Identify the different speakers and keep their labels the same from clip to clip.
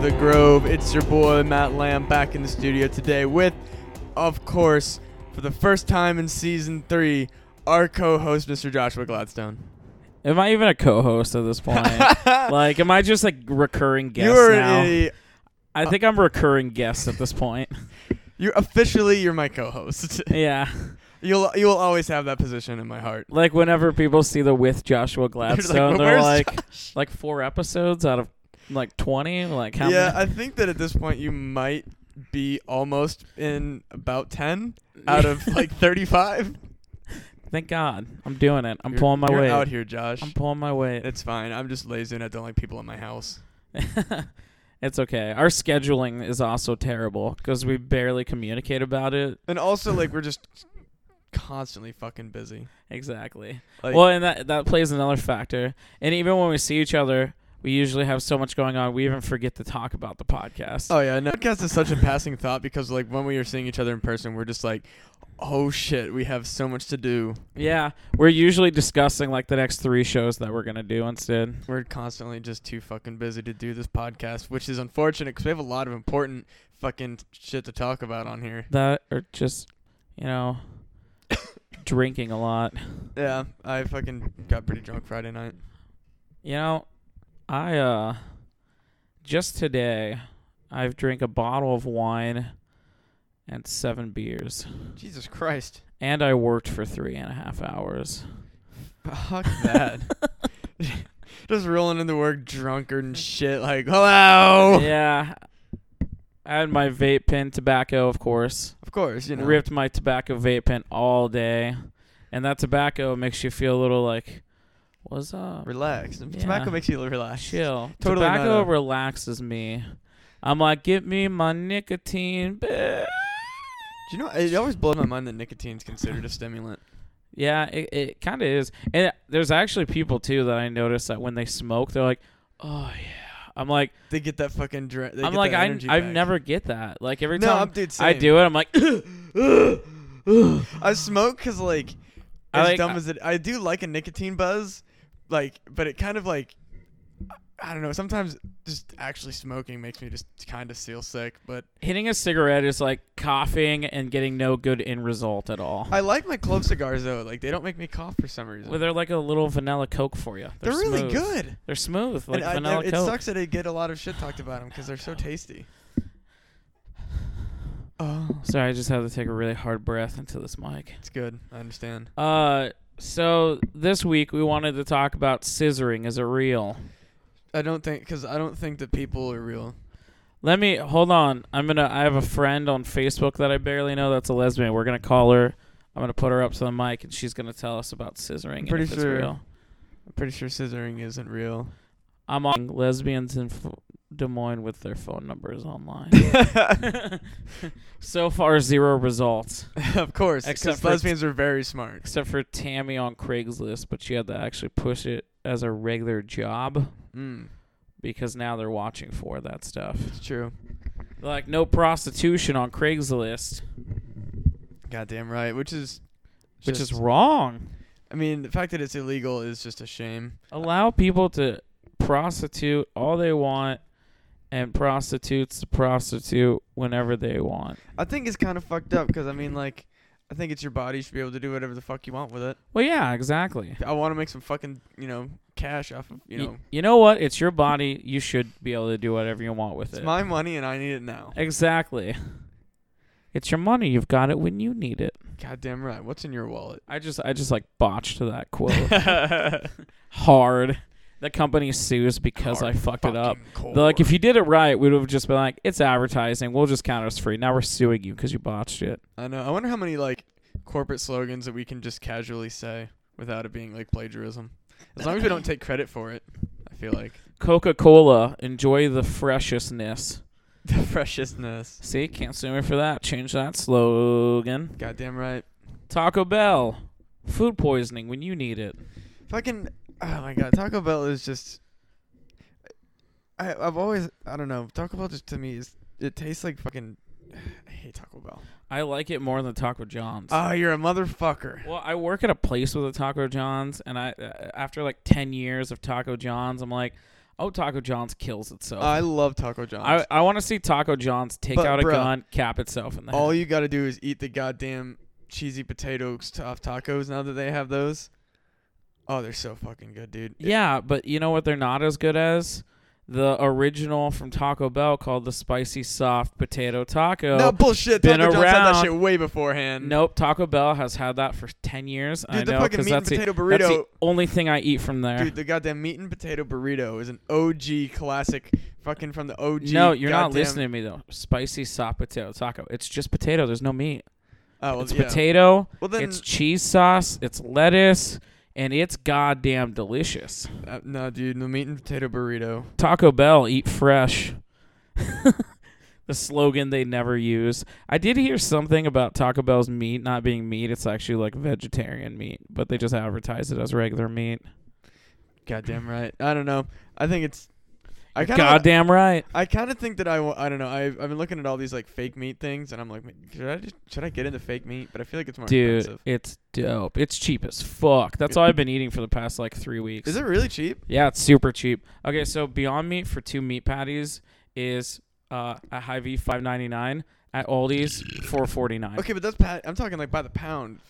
Speaker 1: the Grove. It's your boy Matt Lamb back in the studio today with, of course, for the first time in season three, our co-host Mr. Joshua Gladstone.
Speaker 2: Am I even a co-host at this point? like, am I just like recurring guest
Speaker 1: you are
Speaker 2: now?
Speaker 1: a,
Speaker 2: I think I'm recurring guest at this point.
Speaker 1: you officially you're my co-host.
Speaker 2: yeah,
Speaker 1: You'll you will always have that position in my heart.
Speaker 2: like whenever people see the with Joshua Gladstone, they're
Speaker 1: "Where's
Speaker 2: like, like, four episodes out of like twenty. Like, how
Speaker 1: yeah,
Speaker 2: many?
Speaker 1: I think that at this point you might be almost in about ten out of like thirty-five.
Speaker 2: Thank God, I'm doing it. I'm
Speaker 1: You're-
Speaker 2: pulling my
Speaker 1: you're
Speaker 2: weight.
Speaker 1: out here, Josh.
Speaker 2: I'm pulling my weight.
Speaker 1: It's fine. I'm just lazy and I don't like people in my house.
Speaker 2: it's okay. Our scheduling is also terrible because we barely communicate about it.
Speaker 1: And also, like, we're just constantly fucking busy.
Speaker 2: Exactly.
Speaker 1: Like,
Speaker 2: well, and that that plays another factor. And even when we see each other, we usually have so much going on, we even forget to talk about the podcast.
Speaker 1: oh yeah, no. podcast is such a passing thought because, like, when we are seeing each other in person, we're just like, oh shit, we have so much to do.
Speaker 2: Yeah, we're usually discussing like the next three shows that we're gonna do instead.
Speaker 1: We're constantly just too fucking busy to do this podcast, which is unfortunate because we have a lot of important fucking shit to talk about on here.
Speaker 2: That or just, you know, drinking a lot.
Speaker 1: Yeah, I fucking got pretty drunk Friday night.
Speaker 2: You know, I uh, just today, I've drank a bottle of wine and seven beers,
Speaker 1: Jesus Christ.
Speaker 2: and I worked for three and a half hours.
Speaker 1: Fuck that. just rolling into work drunkard and shit, like, hello.
Speaker 2: Yeah. I had my vape pen tobacco, of course.
Speaker 1: Of course, you know.
Speaker 2: Ripped my tobacco vape pen all day. And that tobacco makes you feel a little like, what's up?
Speaker 1: Relax.
Speaker 2: Yeah.
Speaker 1: Tobacco makes you relax.
Speaker 2: Chill.
Speaker 1: Totally not
Speaker 2: tobacco
Speaker 1: a-
Speaker 2: relaxes me. I'm like, give me my nicotine. bitch."
Speaker 1: Do you know? It always blows my mind that nicotine's considered a stimulant.
Speaker 2: Yeah, it, it kind of is. And there's actually people, too, that I notice that when they smoke, they're like, oh, yeah. I'm like,
Speaker 1: They get that fucking. Dra- they
Speaker 2: I'm
Speaker 1: get
Speaker 2: like,
Speaker 1: that
Speaker 2: I,
Speaker 1: energy
Speaker 2: I've
Speaker 1: back.
Speaker 2: never get that. Like, every
Speaker 1: No, I'm
Speaker 2: time
Speaker 1: dude. Same.
Speaker 2: I do it, I'm like,
Speaker 1: I smoke because like,
Speaker 2: I
Speaker 1: as
Speaker 2: like-
Speaker 1: dumb as it, I do like a nicotine buzz, like, but it kind of like, I don't know. Sometimes just actually smoking makes me just kind of feel sick. But
Speaker 2: hitting a cigarette is like coughing and getting no good end result at all.
Speaker 1: I like my clove cigars though. Like they don't make me cough for some reason.
Speaker 2: well, they're like a little vanilla Coke for you.
Speaker 1: they're really
Speaker 2: smooth.
Speaker 1: good.
Speaker 2: They're smooth, like
Speaker 1: and I-
Speaker 2: vanilla
Speaker 1: it
Speaker 2: Coke.
Speaker 1: sucks that they get a lot of shit talked about them because they're so tasty. Oh,
Speaker 2: Sorry, I just had to take a really hard breath into this mic.
Speaker 1: it's good. I understand.
Speaker 2: Uh, so this week we wanted to talk about scissoring. Is it real?
Speaker 1: I don't think because I don't think that people are real.
Speaker 2: Let me hold on. I'm gonna. I have a friend on Facebook that I barely know. That's a lesbian. We're gonna call her. I'm gonna put her up to the mic, and she's gonna tell us about scissoring. and
Speaker 1: Pretty
Speaker 2: if it's
Speaker 1: sure.
Speaker 2: real.
Speaker 1: I'm pretty sure scissoring isn't real.
Speaker 2: I'm on lesbians in F- Des Moines with their phone numbers online. so far, zero results,
Speaker 1: of course,
Speaker 2: Except
Speaker 1: except
Speaker 2: for-
Speaker 1: lesbians are very smart.
Speaker 2: except for Tammy on Craigslist, but she had to actually push it as a regular job
Speaker 1: Mm,
Speaker 2: because now they're watching for that stuff.
Speaker 1: it's true.
Speaker 2: Like, no prostitution on Craigslist,
Speaker 1: Goddamn right. Which is,
Speaker 2: which
Speaker 1: just-
Speaker 2: is wrong.
Speaker 1: I mean, the fact that it's illegal is just a shame.
Speaker 2: Allow people to prostitute all they want and prostitutes to prostitute whenever they want.
Speaker 1: I think it's kind of fucked up because I mean, like, I think it's your body. You should be able to do whatever the fuck you want with it.
Speaker 2: Well, yeah, exactly.
Speaker 1: I want to make some fucking, you know, cash off of, you
Speaker 2: Y-
Speaker 1: know,
Speaker 2: you know what? It's your body. You should be able to do whatever you want with
Speaker 1: it's
Speaker 2: it.
Speaker 1: my money and I need it now.
Speaker 2: exactly. It's your money. You've got it when you need it.
Speaker 1: Goddamn right. What's in your wallet?
Speaker 2: I just, I just like botched that quote hard. The company sues because I fucked it up. They're like, if you did it right, we would have just been like, it's advertising. We'll just count it as free. Now we're suing you because you botched it.
Speaker 1: I know. I wonder how many like corporate slogans that we can just casually say without it being like plagiarism. As long as we don't take credit for it, I feel like
Speaker 2: Coca Cola, enjoy the freshestness.
Speaker 1: the preciousness.
Speaker 2: See, can't sue me for that. Change that slogan.
Speaker 1: Goddamn right.
Speaker 2: Taco Bell, food poisoning when you need it.
Speaker 1: Fucking. Oh my god. Taco Bell is just. I I've always I don't know. Taco Bell just to me is it tastes like fucking. I hate Taco Bell.
Speaker 2: I like it more than Taco John's.
Speaker 1: Oh, you're a motherfucker.
Speaker 2: well, I work at a place with a Taco John's, and I uh, after like ten years of Taco John's, I'm like, Oh, Taco John's kills itself.
Speaker 1: I love Taco John's.
Speaker 2: I, I want to see Taco John's take
Speaker 1: Uh, But,
Speaker 2: out a
Speaker 1: bruh,
Speaker 2: gun, cap itself in the
Speaker 1: All
Speaker 2: head.
Speaker 1: you got to do is eat the goddamn cheesy potato stuffed tacos now that they have those. Oh, they're so fucking good, dude. It-
Speaker 2: yeah, but you know what they're not as good as? The original from Taco Bell called the spicy soft potato taco.
Speaker 1: no bullshit.
Speaker 2: been
Speaker 1: Taco John's had that
Speaker 2: around.
Speaker 1: shit way beforehand.
Speaker 2: Nope, Taco Bell has had that for 10 years. I
Speaker 1: Dude, the
Speaker 2: know
Speaker 1: fucking
Speaker 2: 'cause
Speaker 1: meat and
Speaker 2: that's,
Speaker 1: potato
Speaker 2: the, that's the
Speaker 1: burrito.
Speaker 2: only thing I eat from there.
Speaker 1: Dude, the goddamn meat and potato burrito is an OG classic, fucking from the OG.
Speaker 2: no, you're not
Speaker 1: goddamn-
Speaker 2: listening to me though. Spicy soft potato taco. It's just potato. There's no meat.
Speaker 1: Oh, well,
Speaker 2: it's
Speaker 1: yeah.
Speaker 2: potato.
Speaker 1: Well, then,
Speaker 2: it's cheese sauce. It's lettuce, and it's goddamn delicious.
Speaker 1: uh, no, dude, the meat and potato burrito.
Speaker 2: Taco Bell, eat fresh. the slogan they never use. I did hear something about Taco Bell's meat not being meat. It's actually like vegetarian meat, but they just advertise it as regular meat.
Speaker 1: Goddamn right. I don't know. I think it's. I kind of.
Speaker 2: Goddamn right.
Speaker 1: I kind of think that I, wa- I don't know. I've, I've been looking at all these like fake meat things, and I'm like, "Man, should I just should I get into fake meat? But I feel like it's more
Speaker 2: Dude,
Speaker 1: expensive.
Speaker 2: it's dope. It's cheap as fuck. That's all I've been eating for the past like three weeks.
Speaker 1: Is it really cheap?
Speaker 2: Yeah, it's super cheap. Okay, so Beyond Meat for two meat patties is uh, at Hy-Vee five ninety nine, at Aldi's four forty nine.
Speaker 1: Okay, but that's pat. I'm talking like by the pound.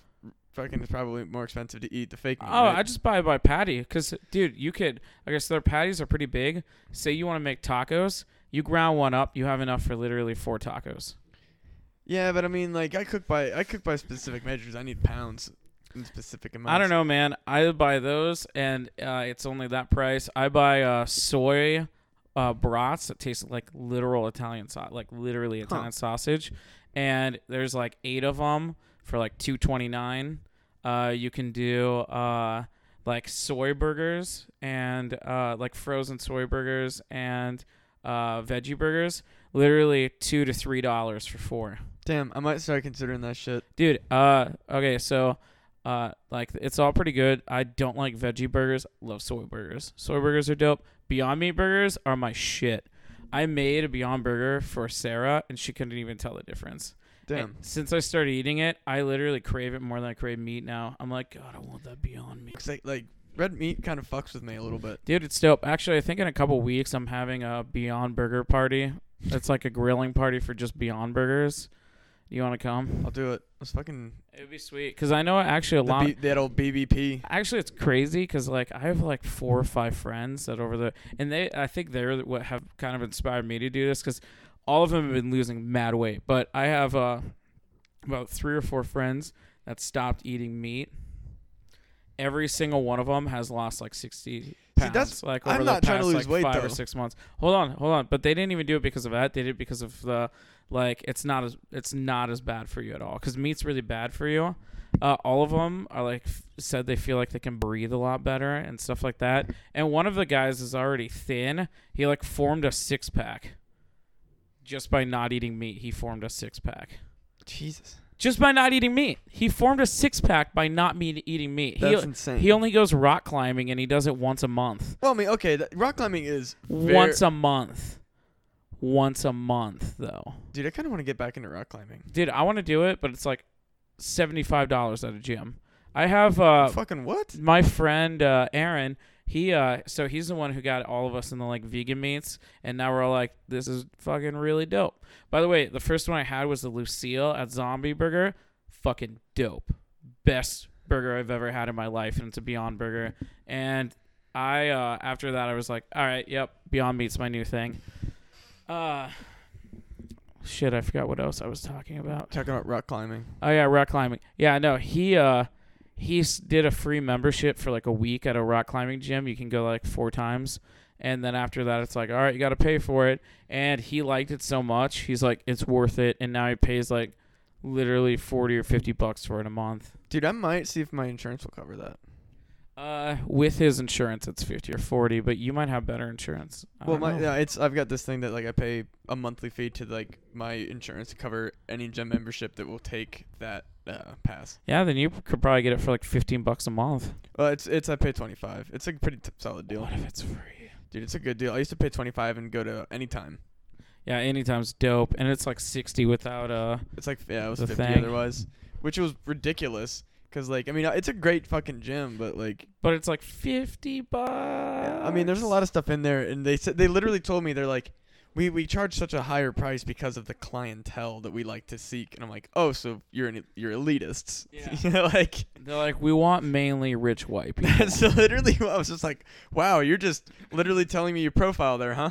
Speaker 1: Fucking, it's probably more expensive to eat the fake meat.
Speaker 2: Oh,
Speaker 1: right?
Speaker 2: I just buy by patty because, dude, you could. I guess their patties are pretty big. Say you want to make tacos, you ground one up, you have enough for literally four tacos.
Speaker 1: yeah, but I mean, like I cook by I cook by specific measures. I need pounds in specific amounts.
Speaker 2: I don't know, man. I buy those, and uh, it's only that price. I buy uh, soy uh, brats that taste like literal Italian sauce, like literally Italian sausage. And there's like eight of them for like two twenty nine. Uh, you can do uh, like soy burgers and uh, like frozen soy burgers and uh, veggie burgers. Literally two to three dollars for four
Speaker 1: Damn, I might start considering that shit.
Speaker 2: dude uh okay so uh like it's all pretty good i don't like veggie burgers love soy burgers soy burgers are dope beyond meat burgers are my shit i made a beyond burger for sarah and she couldn't even tell the difference
Speaker 1: Damn.
Speaker 2: And since i started eating it i literally crave it more than i crave meat now i'm like god i want that beyond meat
Speaker 1: Cause like, like red meat kind of fucks with me a little bit.
Speaker 2: dude it's dope actually i think in a couple weeks i'm having a beyond burger party it's like a grilling party for just beyond burgers you want to come
Speaker 1: I'll do it. Let's fucking
Speaker 2: it would be sweet because i know actually a
Speaker 1: the
Speaker 2: lot
Speaker 1: B, that old BBP.
Speaker 2: Actually, it's crazy because like I have like four or five friends that over the and they I think they're what have kind of inspired me to do this because all of them have been losing mad weight, but I have uh, about three or four friends that stopped eating meat. Every single one of them has lost like sixty pounds.
Speaker 1: that's-
Speaker 2: like
Speaker 1: I'm
Speaker 2: over
Speaker 1: not
Speaker 2: the
Speaker 1: trying to
Speaker 2: past
Speaker 1: lose
Speaker 2: like
Speaker 1: weight,
Speaker 2: five
Speaker 1: though.
Speaker 2: or six months. Hold on, hold on. But they didn't even do it because of that. They did it because of the like it's not as it's not as bad for you at all because meat's really bad for you. Uh, all of them are like f- said they feel like they can breathe a lot better and stuff like that. And one of the guys is already thin. He like formed a six pack just by not eating meat. He formed a six pack
Speaker 1: Jesus,
Speaker 2: just by not eating meat. He formed a six pack by not meat eating meat.
Speaker 1: that's
Speaker 2: he,
Speaker 1: insane.
Speaker 2: he only goes rock climbing and he does it once a month.
Speaker 1: well, I mean, okay, that, rock climbing is very,
Speaker 2: once a month. Once a month though.
Speaker 1: dude. I kind of want to get back into rock climbing.
Speaker 2: Dude, I want to do it, but it's like $75 at a gym. I have uh
Speaker 1: fucking what?
Speaker 2: my friend uh, Aaron, he uh, so he's the one who got all of us in the like vegan meats, and now we're all like, this is fucking really dope. By the way, the first one I had was the Lucille at Zombie Burger, fucking dope, best burger I've ever had in my life, and it's a Beyond Burger. And I uh, after that I was like, all right, yep, Beyond Meat's my new thing. Uh, shit, I forgot what else I was talking about.
Speaker 1: Talking about rock climbing.
Speaker 2: Oh yeah, rock climbing. Yeah, no, he uh he s- did a free membership for like a week at a rock climbing gym. You can go like four times, and then after that, it's like all right, you got to pay for it. And he liked it so much, he's like, it's worth it. And now he pays like literally forty or fifty bucks for it a month.
Speaker 1: Dude, I might see if my insurance will cover that.
Speaker 2: Uh, with his insurance, it's fifty or forty, but you might have better insurance. I
Speaker 1: well,
Speaker 2: don't
Speaker 1: my
Speaker 2: know.
Speaker 1: yeah, it's I've got this thing that like I pay a monthly fee to like my insurance to cover any gym membership that will take that uh, pass.
Speaker 2: yeah, then you could probably get it for like fifteen bucks a month.
Speaker 1: Well, it's it's I pay twenty five. It's a pretty t- solid deal,
Speaker 2: What if it's free?
Speaker 1: dude. It's a good deal. I used to pay twenty five and go to any time.
Speaker 2: Yeah, anytime's dope, and it's like sixty without uh.
Speaker 1: It's like yeah, it was
Speaker 2: The
Speaker 1: fifty
Speaker 2: thing.
Speaker 1: otherwise, which was ridiculous. Cause like I mean it's a great fucking gym, but like
Speaker 2: But it's like fifty bucks. I
Speaker 1: I mean there's a lot of stuff in there, and they said they literally told me they're like, we we charge such a higher price because of the clientele that we like to seek, and I'm like, oh, so you're an, you're elitists,
Speaker 2: Yeah.
Speaker 1: you know, like
Speaker 2: They're like, we want mainly rich white people.
Speaker 1: that's literally what I was just like, wow, you're just literally telling me your profile there, huh?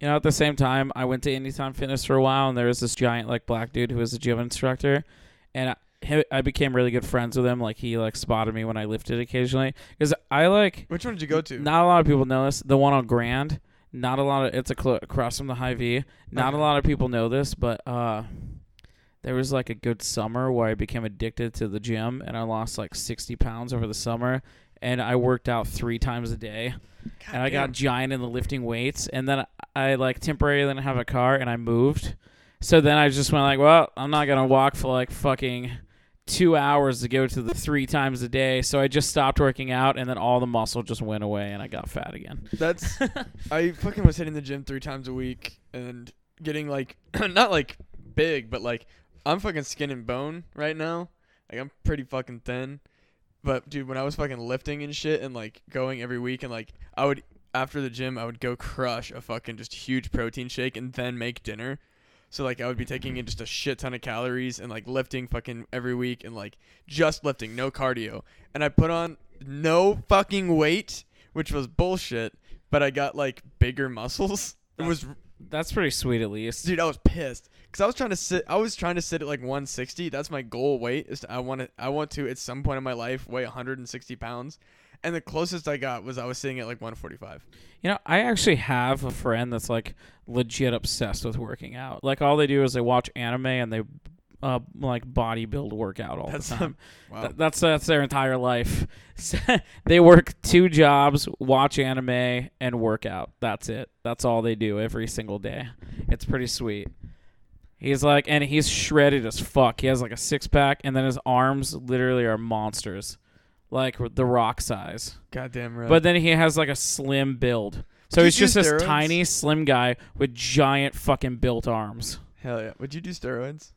Speaker 2: you know, at the same time, I went to Anytime Fitness for a while, and there was this giant like black dude who was a gym instructor, and I, he- I became really good friends with him. Like he like spotted me when I lifted occasionally because I like
Speaker 1: Which one did you go to?
Speaker 2: not a lot of people know this. The one on Grand, not a lot of it's a cl- across from the High V. Not a
Speaker 1: Okay.
Speaker 2: lot of people know this, but uh, there was like a good summer where I became addicted to the gym, and I lost like sixty pounds over the summer. And I worked out three times a day
Speaker 1: God
Speaker 2: and I got
Speaker 1: damn.
Speaker 2: giant in the lifting weights, and then I like temporarily didn't have a car, and I moved. So then I just went like, well, I'm not gonna walk for like fucking two hours to go to the three times a day. So I just stopped working out, and then all the muscle just went away, and I got fat again.
Speaker 1: That's I fucking was hitting the gym three times a week and getting like not like big, but like I'm fucking skin and bone right now. Like I'm pretty fucking thin. But dude, when I was fucking lifting and shit and like going every week and like I would after the gym I would go crush a fucking just huge protein shake and then make dinner. So like I would be taking in just a shit ton of calories and like lifting fucking every week and like just lifting, no cardio. And I put on no fucking weight, which was bullshit, but I got like bigger muscles. It was
Speaker 2: That's pretty sweet, at least.
Speaker 1: dude, I was pissed cuz I was trying to sit I was trying to sit at like 160. That's my goal weight is to, I want to I want to at some point in my life weigh 160 pounds. And the closest I got was I was sitting at like 145.
Speaker 2: You know, I actually have a friend that's like legit obsessed with working out. Like all they do is they watch anime and they. Uh, like body build workout all
Speaker 1: That's
Speaker 2: the time.
Speaker 1: wow.
Speaker 2: Th- that's that's their entire life. they work two jobs, watch anime, and work out. That's it. That's all they do every single day. It's pretty sweet. He's like, and he's shredded as fuck. He has like a six pack, and then his arms literally are monsters, like the rock size.
Speaker 1: Goddamn right.
Speaker 2: But then he has like a slim build. So
Speaker 1: Did
Speaker 2: he's
Speaker 1: you
Speaker 2: just
Speaker 1: do
Speaker 2: this
Speaker 1: steroids?
Speaker 2: tiny, slim guy with giant fucking built arms.
Speaker 1: hell yeah. Would you do steroids?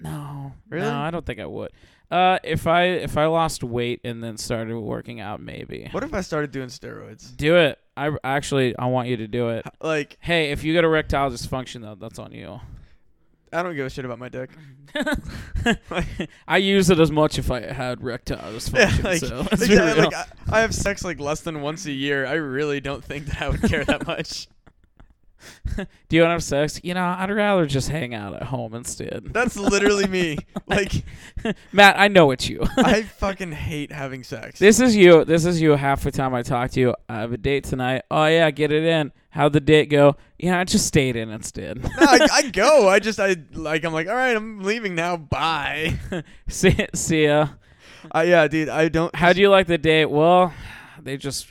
Speaker 2: No,
Speaker 1: Really?
Speaker 2: No, I don't think I would. Uh, if I if I lost weight and then started working out, maybe
Speaker 1: What if I started doing steroids?
Speaker 2: do it. I actually I want you to do it.
Speaker 1: Like
Speaker 2: Hey, if you got erectile dysfunction though, that's on you.
Speaker 1: I don't give a shit about my dick.
Speaker 2: I use it as much if I had erectile dysfunction.
Speaker 1: like,
Speaker 2: so let's be
Speaker 1: exactly,
Speaker 2: real.
Speaker 1: like, I, I have sex like less than once a year. I really don't think that I would care that much.
Speaker 2: do you want to have sex? You know, I'd rather just hang out at home instead.
Speaker 1: That's literally me. Like
Speaker 2: Matt, I know it's you.
Speaker 1: I fucking hate having sex.
Speaker 2: This is you. This is you. Half the time I talk to you, I have a date tonight. Oh yeah, get it in. How'd the date go? Yeah, I just stayed in instead.
Speaker 1: No, I, I go. I just I like I'm like all right. I'm leaving now. Bye.
Speaker 2: see, see ya.
Speaker 1: Uh, yeah, dude. I don't.
Speaker 2: How'd you like the date? Well, they just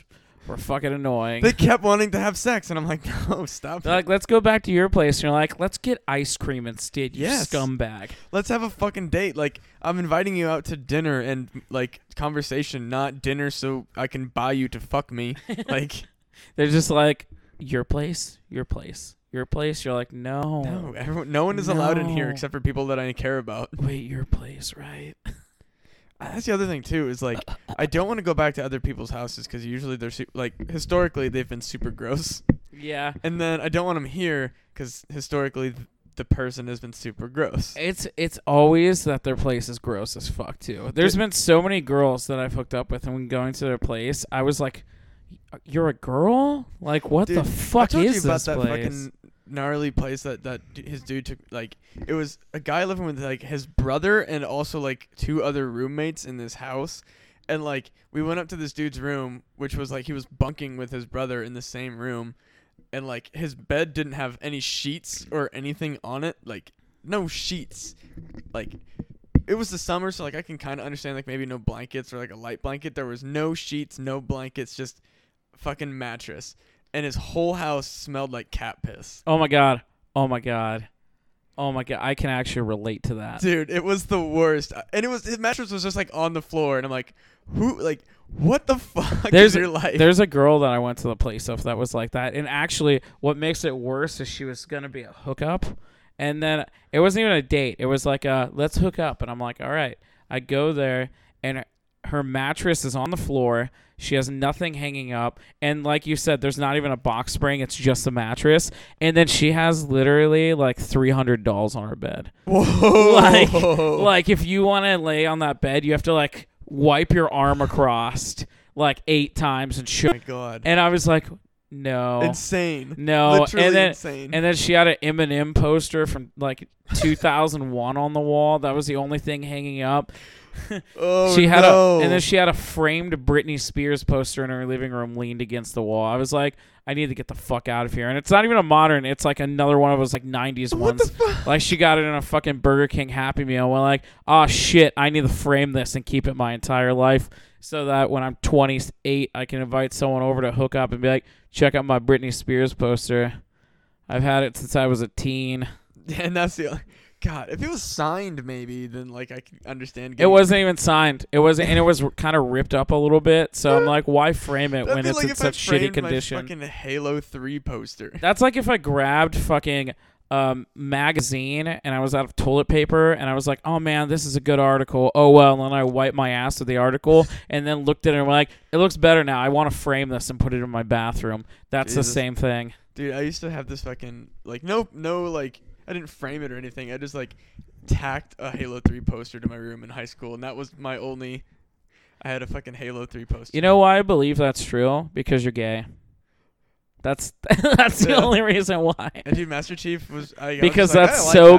Speaker 2: were fucking annoying.
Speaker 1: They kept wanting to have sex, and I'm like, no, stop.
Speaker 2: They're
Speaker 1: Like,
Speaker 2: like, let's go back to your place. And you're like, let's get ice cream instead, you
Speaker 1: Yes.
Speaker 2: scumbag.
Speaker 1: Let's have a fucking date. Like I'm inviting you out to dinner and like conversation, not dinner, so I can buy you to fuck me. Like
Speaker 2: They're just like, your place, your place, your place. You're like, no.
Speaker 1: no, everyone, no one is allowed in here
Speaker 2: No.
Speaker 1: except for people that I care about.
Speaker 2: Wait, your place, right?
Speaker 1: Uh, That's the other thing too is like I don't want to go back to other people's houses because usually they're su- like historically they've been super gross,
Speaker 2: Yeah.
Speaker 1: and then I don't want them here because historically th- the person has been super gross.
Speaker 2: It's it's always that their place is gross as fuck too. There's been so many girls that I've hooked up with, and when going to their place, I was like, "You're a girl? Like what the
Speaker 1: Dude,
Speaker 2: fuck
Speaker 1: I told
Speaker 2: is
Speaker 1: you about
Speaker 2: this
Speaker 1: that
Speaker 2: place?"
Speaker 1: fucking gnarly place that that d- his dude took like it was a guy living with like his brother and also like two other roommates in this house and like we went up to this dude's room which was like he was bunking with his brother in the same room and like his bed didn't have any sheets or anything on it like no sheets like it was the summer so like i can kind of understand like maybe no blankets or like a light blanket there was no sheets no blankets just fucking mattress and his whole house smelled like cat piss
Speaker 2: Oh my god. Oh my god. Oh my god. I can actually relate to that.
Speaker 1: dude it was the worst Uh, and it was his mattress was just like on the floor and i'm like who like what the fuck
Speaker 2: There's
Speaker 1: is your life
Speaker 2: There's a girl that I went to the place of that was like that. And actually, what makes it worse is she was going to be a hookup. And then it wasn't even a date. It was like, uh, let's hook up. And I'm like, all right. I go there. and her- her mattress is on the floor. She has nothing hanging up, and like you said, there's not even a box spring. It's just a mattress, and then she has literally like 300 dolls on her bed.
Speaker 1: Whoa. Oh
Speaker 2: Like, like if you want to lay on that bed, you have to like wipe your arm across like eight times and show.
Speaker 1: my god.
Speaker 2: And I was like, no,
Speaker 1: insane.
Speaker 2: no,
Speaker 1: Literally
Speaker 2: and then.
Speaker 1: insane.
Speaker 2: And then she had an Eminem poster from like 2001 on the wall. That was the only thing hanging up.
Speaker 1: oh,
Speaker 2: she had
Speaker 1: no.
Speaker 2: a and then she had a framed Britney Spears poster in her living room leaned against the wall. I was like, I need to get the fuck out of here. And it's not even a modern, it's like another one of those like 90s
Speaker 1: what
Speaker 2: ones.
Speaker 1: the fuck?
Speaker 2: Like she got it in a fucking Burger King Happy Meal. We're like, oh shit, I need to frame this and keep it my entire life so that when I'm 28, I can invite someone over to hook up and be like, check out my Britney Spears poster. I've had it since I was a teen.
Speaker 1: and that's the God. If it was signed, maybe then like I could understand.
Speaker 2: It
Speaker 1: getting-
Speaker 2: wasn't even signed. It was, and it was kind of ripped up a little bit. So I'm like, why frame it
Speaker 1: That'd
Speaker 2: when
Speaker 1: be
Speaker 2: it's
Speaker 1: like
Speaker 2: in
Speaker 1: if I
Speaker 2: such shitty
Speaker 1: framed
Speaker 2: condition?
Speaker 1: My fucking Halo Three poster.
Speaker 2: That's like if I grabbed fucking um magazine and I was out of toilet paper and I was like, oh man, this is a good article. Oh well, and I wiped my ass with the article and then looked at it and went like, it looks better now. I want to frame this and put it in my bathroom. That's the
Speaker 1: Jesus.
Speaker 2: same thing.
Speaker 1: Dude, I used to have this fucking like no no like I didn't frame it or anything. I just like tacked a Halo 3 poster to my room in high school and that was my only I had a fucking Halo 3 poster.
Speaker 2: You know why I believe that's true? Because you're gay. That's that's the
Speaker 1: Yeah.
Speaker 2: only reason why.
Speaker 1: and dude Master Chief was I I was
Speaker 2: Because
Speaker 1: just like, "Oh,
Speaker 2: that's
Speaker 1: I like
Speaker 2: so
Speaker 1: Master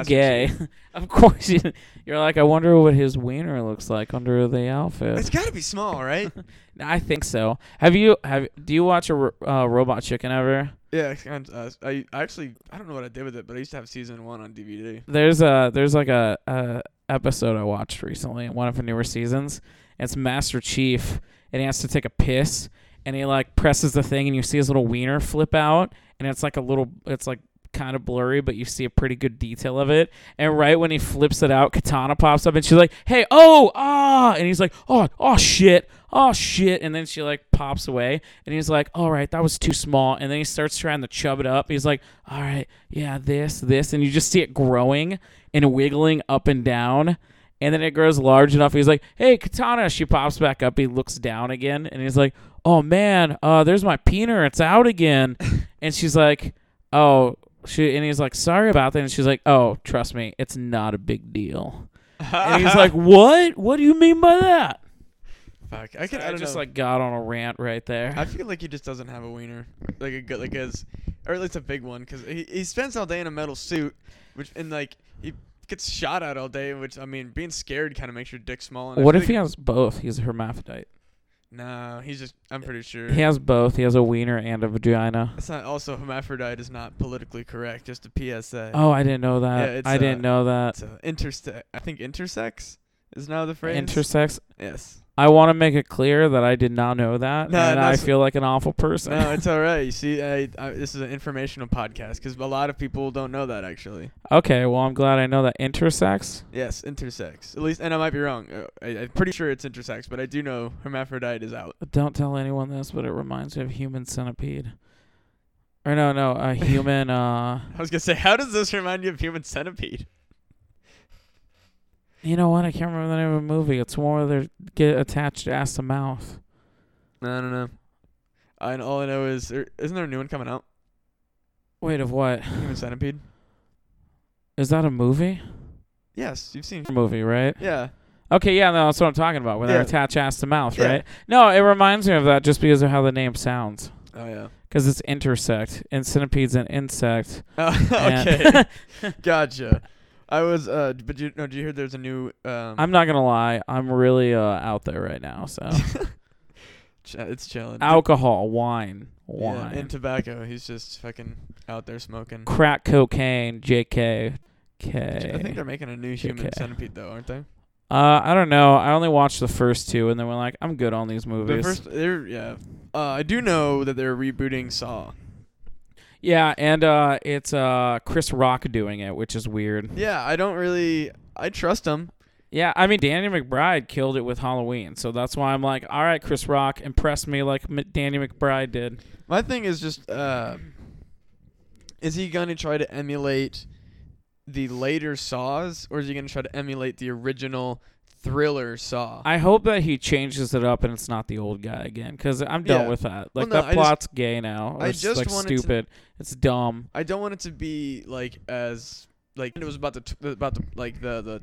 Speaker 1: Chief.
Speaker 2: gay. of course, you, you're like, I wonder what his wiener looks like under the outfit.
Speaker 1: It's got to be small, right?
Speaker 2: I think so. Have you have do you watch a ro- uh, Robot Chicken ever?
Speaker 1: yeah, it's kind of, uh, I I actually I don't know what I did with it, but I used to have season 1 on DVD.
Speaker 2: There's a there's like a, a episode I watched recently in one of the newer seasons. It's Master Chief and he has to take a piss and he like presses the thing and you see his little wiener flip out and it's like a little it's like kind of blurry but you see a pretty good detail of it and right when he flips it out katana pops up and she's like hey oh ah and he's like oh oh shit oh shit and then she like pops away and he's like all right that was too small and then he starts trying to chub it up he's like all right yeah this this and you just see it growing and wiggling up and down and then it grows large enough. He's like, "Hey, Katana!" She pops back up. He looks down again, and he's like, "Oh man, uh, there's my peener. It's out again." and she's like, "Oh," she and he's like, "Sorry about that." And she's like, "Oh, trust me, it's not a big deal." And he's like, "What? What do you mean by that?"
Speaker 1: fuck. I could
Speaker 2: I,
Speaker 1: I, don't
Speaker 2: just
Speaker 1: know.
Speaker 2: like got on a rant right there.
Speaker 1: I feel like he just doesn't have a wiener, like a good, like as, or at least a big one, because he, he spends all day in a metal suit, which and like he gets shot at all day, which I mean, being scared kind of makes your dick small. And I
Speaker 2: what
Speaker 1: feel
Speaker 2: if he
Speaker 1: like-
Speaker 2: has both? He's a hermaphrodite.
Speaker 1: No, he's just. I'm pretty sure.
Speaker 2: He has both. He has a wiener and a vagina.
Speaker 1: It's not. Also, hermaphrodite is not politically correct. Just a PSA.
Speaker 2: Oh, I didn't know that.
Speaker 1: Yeah, it's,
Speaker 2: I didn't
Speaker 1: uh,
Speaker 2: know that.
Speaker 1: It's a interse- I think intersex is now the phrase.
Speaker 2: Intersex.
Speaker 1: Yes.
Speaker 2: I want to make it clear that I did not know that,
Speaker 1: No,
Speaker 2: and I
Speaker 1: that's-
Speaker 2: feel like an awful person.
Speaker 1: No, it's all right. You see, I, I, this is an informational podcast because a lot of people don't know that actually.
Speaker 2: okay, well, I'm glad I know that intersex.
Speaker 1: Yes, intersex. At least, and I might be wrong. Uh, I, I'm pretty sure it's intersex, but I do know hermaphrodite is out.
Speaker 2: Don't tell anyone this, but it reminds me of Human Centipede. Or no, no, a human. uh
Speaker 1: I was gonna say, how does this remind you of Human Centipede?
Speaker 2: You know what? I can't remember the name of the movie. It's one where they get attached ass to mouth.
Speaker 1: I don't know. And all I know is, there, isn't there a new one coming out?
Speaker 2: Wait, of what?
Speaker 1: Human Centipede.
Speaker 2: Is that a movie?
Speaker 1: Yes, you've seen.
Speaker 2: Movie, right?
Speaker 1: Yeah.
Speaker 2: Okay, yeah, no, that's what I'm talking about. When they're
Speaker 1: Yeah.
Speaker 2: attached ass to mouth,
Speaker 1: Yeah.
Speaker 2: right? No, it reminds me of that just because of how the name sounds.
Speaker 1: Oh yeah.
Speaker 2: 'Cause it's intersect, and centipede's an insect.
Speaker 1: Oh,
Speaker 2: and-
Speaker 1: okay. gotcha. I was. Uh, but you, no, did you hear there's a new? Um,
Speaker 2: I'm not gonna lie, I'm really uh, out there right now. So
Speaker 1: ch- it's chilling.
Speaker 2: alcohol, wine,
Speaker 1: Yeah,
Speaker 2: wine,
Speaker 1: and tobacco. He's just fucking out there smoking.
Speaker 2: crack cocaine, J.K. K.
Speaker 1: I think they're making a new Human
Speaker 2: JK.
Speaker 1: Centipede though, aren't they?
Speaker 2: uh, I don't know. I only watched the first two, and then we're like, I'm good on these movies.
Speaker 1: The first, they're yeah. Uh, I do know that they're rebooting Saw.
Speaker 2: yeah, and uh, it's uh, Chris Rock doing it, which is weird.
Speaker 1: Yeah, I don't really. I trust them.
Speaker 2: Yeah, I mean Danny McBride killed it with Halloween, so that's why I'm like, all right, Chris Rock, impress me like M- Danny McBride did.
Speaker 1: My thing is just, uh, is he gonna try to emulate the later Saws, or is he gonna try to emulate the original Thriller Saw?
Speaker 2: I hope that he changes it up and it's not the old guy again because I'm done
Speaker 1: Yeah.
Speaker 2: with that. Like
Speaker 1: no, I
Speaker 2: that
Speaker 1: just-
Speaker 2: plot's gay now. Or
Speaker 1: I
Speaker 2: it's
Speaker 1: just
Speaker 2: like
Speaker 1: wanted to-
Speaker 2: stupid. It's dumb.
Speaker 1: I don't want it to be like as like it was about the t- about the like the the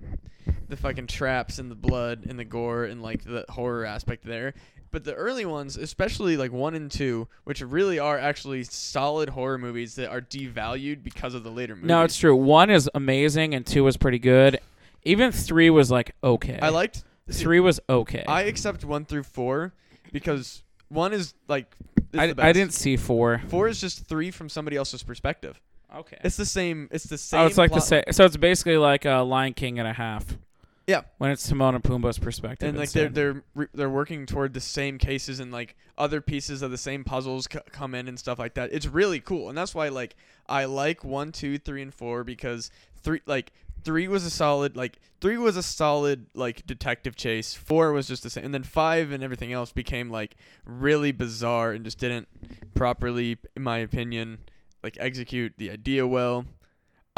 Speaker 1: the fucking traps and the blood and the gore and like the horror aspect there. But the early ones, especially like one and two, which really are actually solid horror movies that are devalued because of the later movies.
Speaker 2: No, it's true. One is amazing and two was pretty good. Even three was like okay.
Speaker 1: I liked
Speaker 2: three was okay.
Speaker 1: I accept one through four because one is like it's
Speaker 2: I,
Speaker 1: the best.
Speaker 2: I didn't see four.
Speaker 1: Four is just three from somebody else's perspective.
Speaker 2: Okay.
Speaker 1: It's the same. It's the same.
Speaker 2: Oh, it's like the
Speaker 1: plot-
Speaker 2: same. So it's basically like a Lion King and a half.
Speaker 1: Yeah.
Speaker 2: When it's Timon and Pumbaa's perspective.
Speaker 1: and like they're
Speaker 2: instead.
Speaker 1: they're re- they're working toward the same cases and like other pieces of the same puzzles c- come in and stuff like that. It's really cool, and that's why like I like one, two, three, and four because three like three was a solid like three was a solid like detective chase. Four was just the same, and then five and everything else became like really bizarre and just didn't properly, in my opinion, like execute the idea well.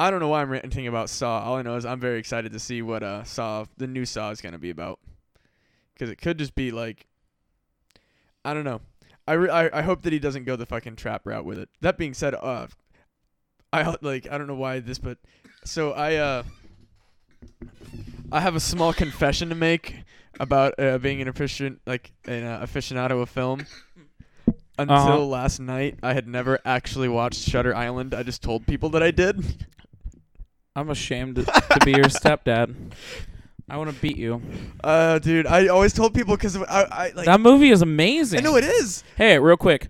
Speaker 1: I don't know why I'm ranting about Saw. All I know is I'm very excited to see what uh Saw the new Saw is gonna be about because it could just be like I don't know. I, re- I I hope that he doesn't go the fucking trap route with it. That being said, uh, I like I don't know why this, but so I uh I have a small confession to make about uh, being an efficient like an uh, aficionado of film. Until
Speaker 2: Uh-huh.
Speaker 1: last night, I had never actually watched Shutter Island. I just told people that I did.
Speaker 2: I'm ashamed to, to be your stepdad. I want to beat you.
Speaker 1: Uh, dude, I always told people because I, I like.
Speaker 2: that movie is amazing.
Speaker 1: I know it is.
Speaker 2: Hey, real quick,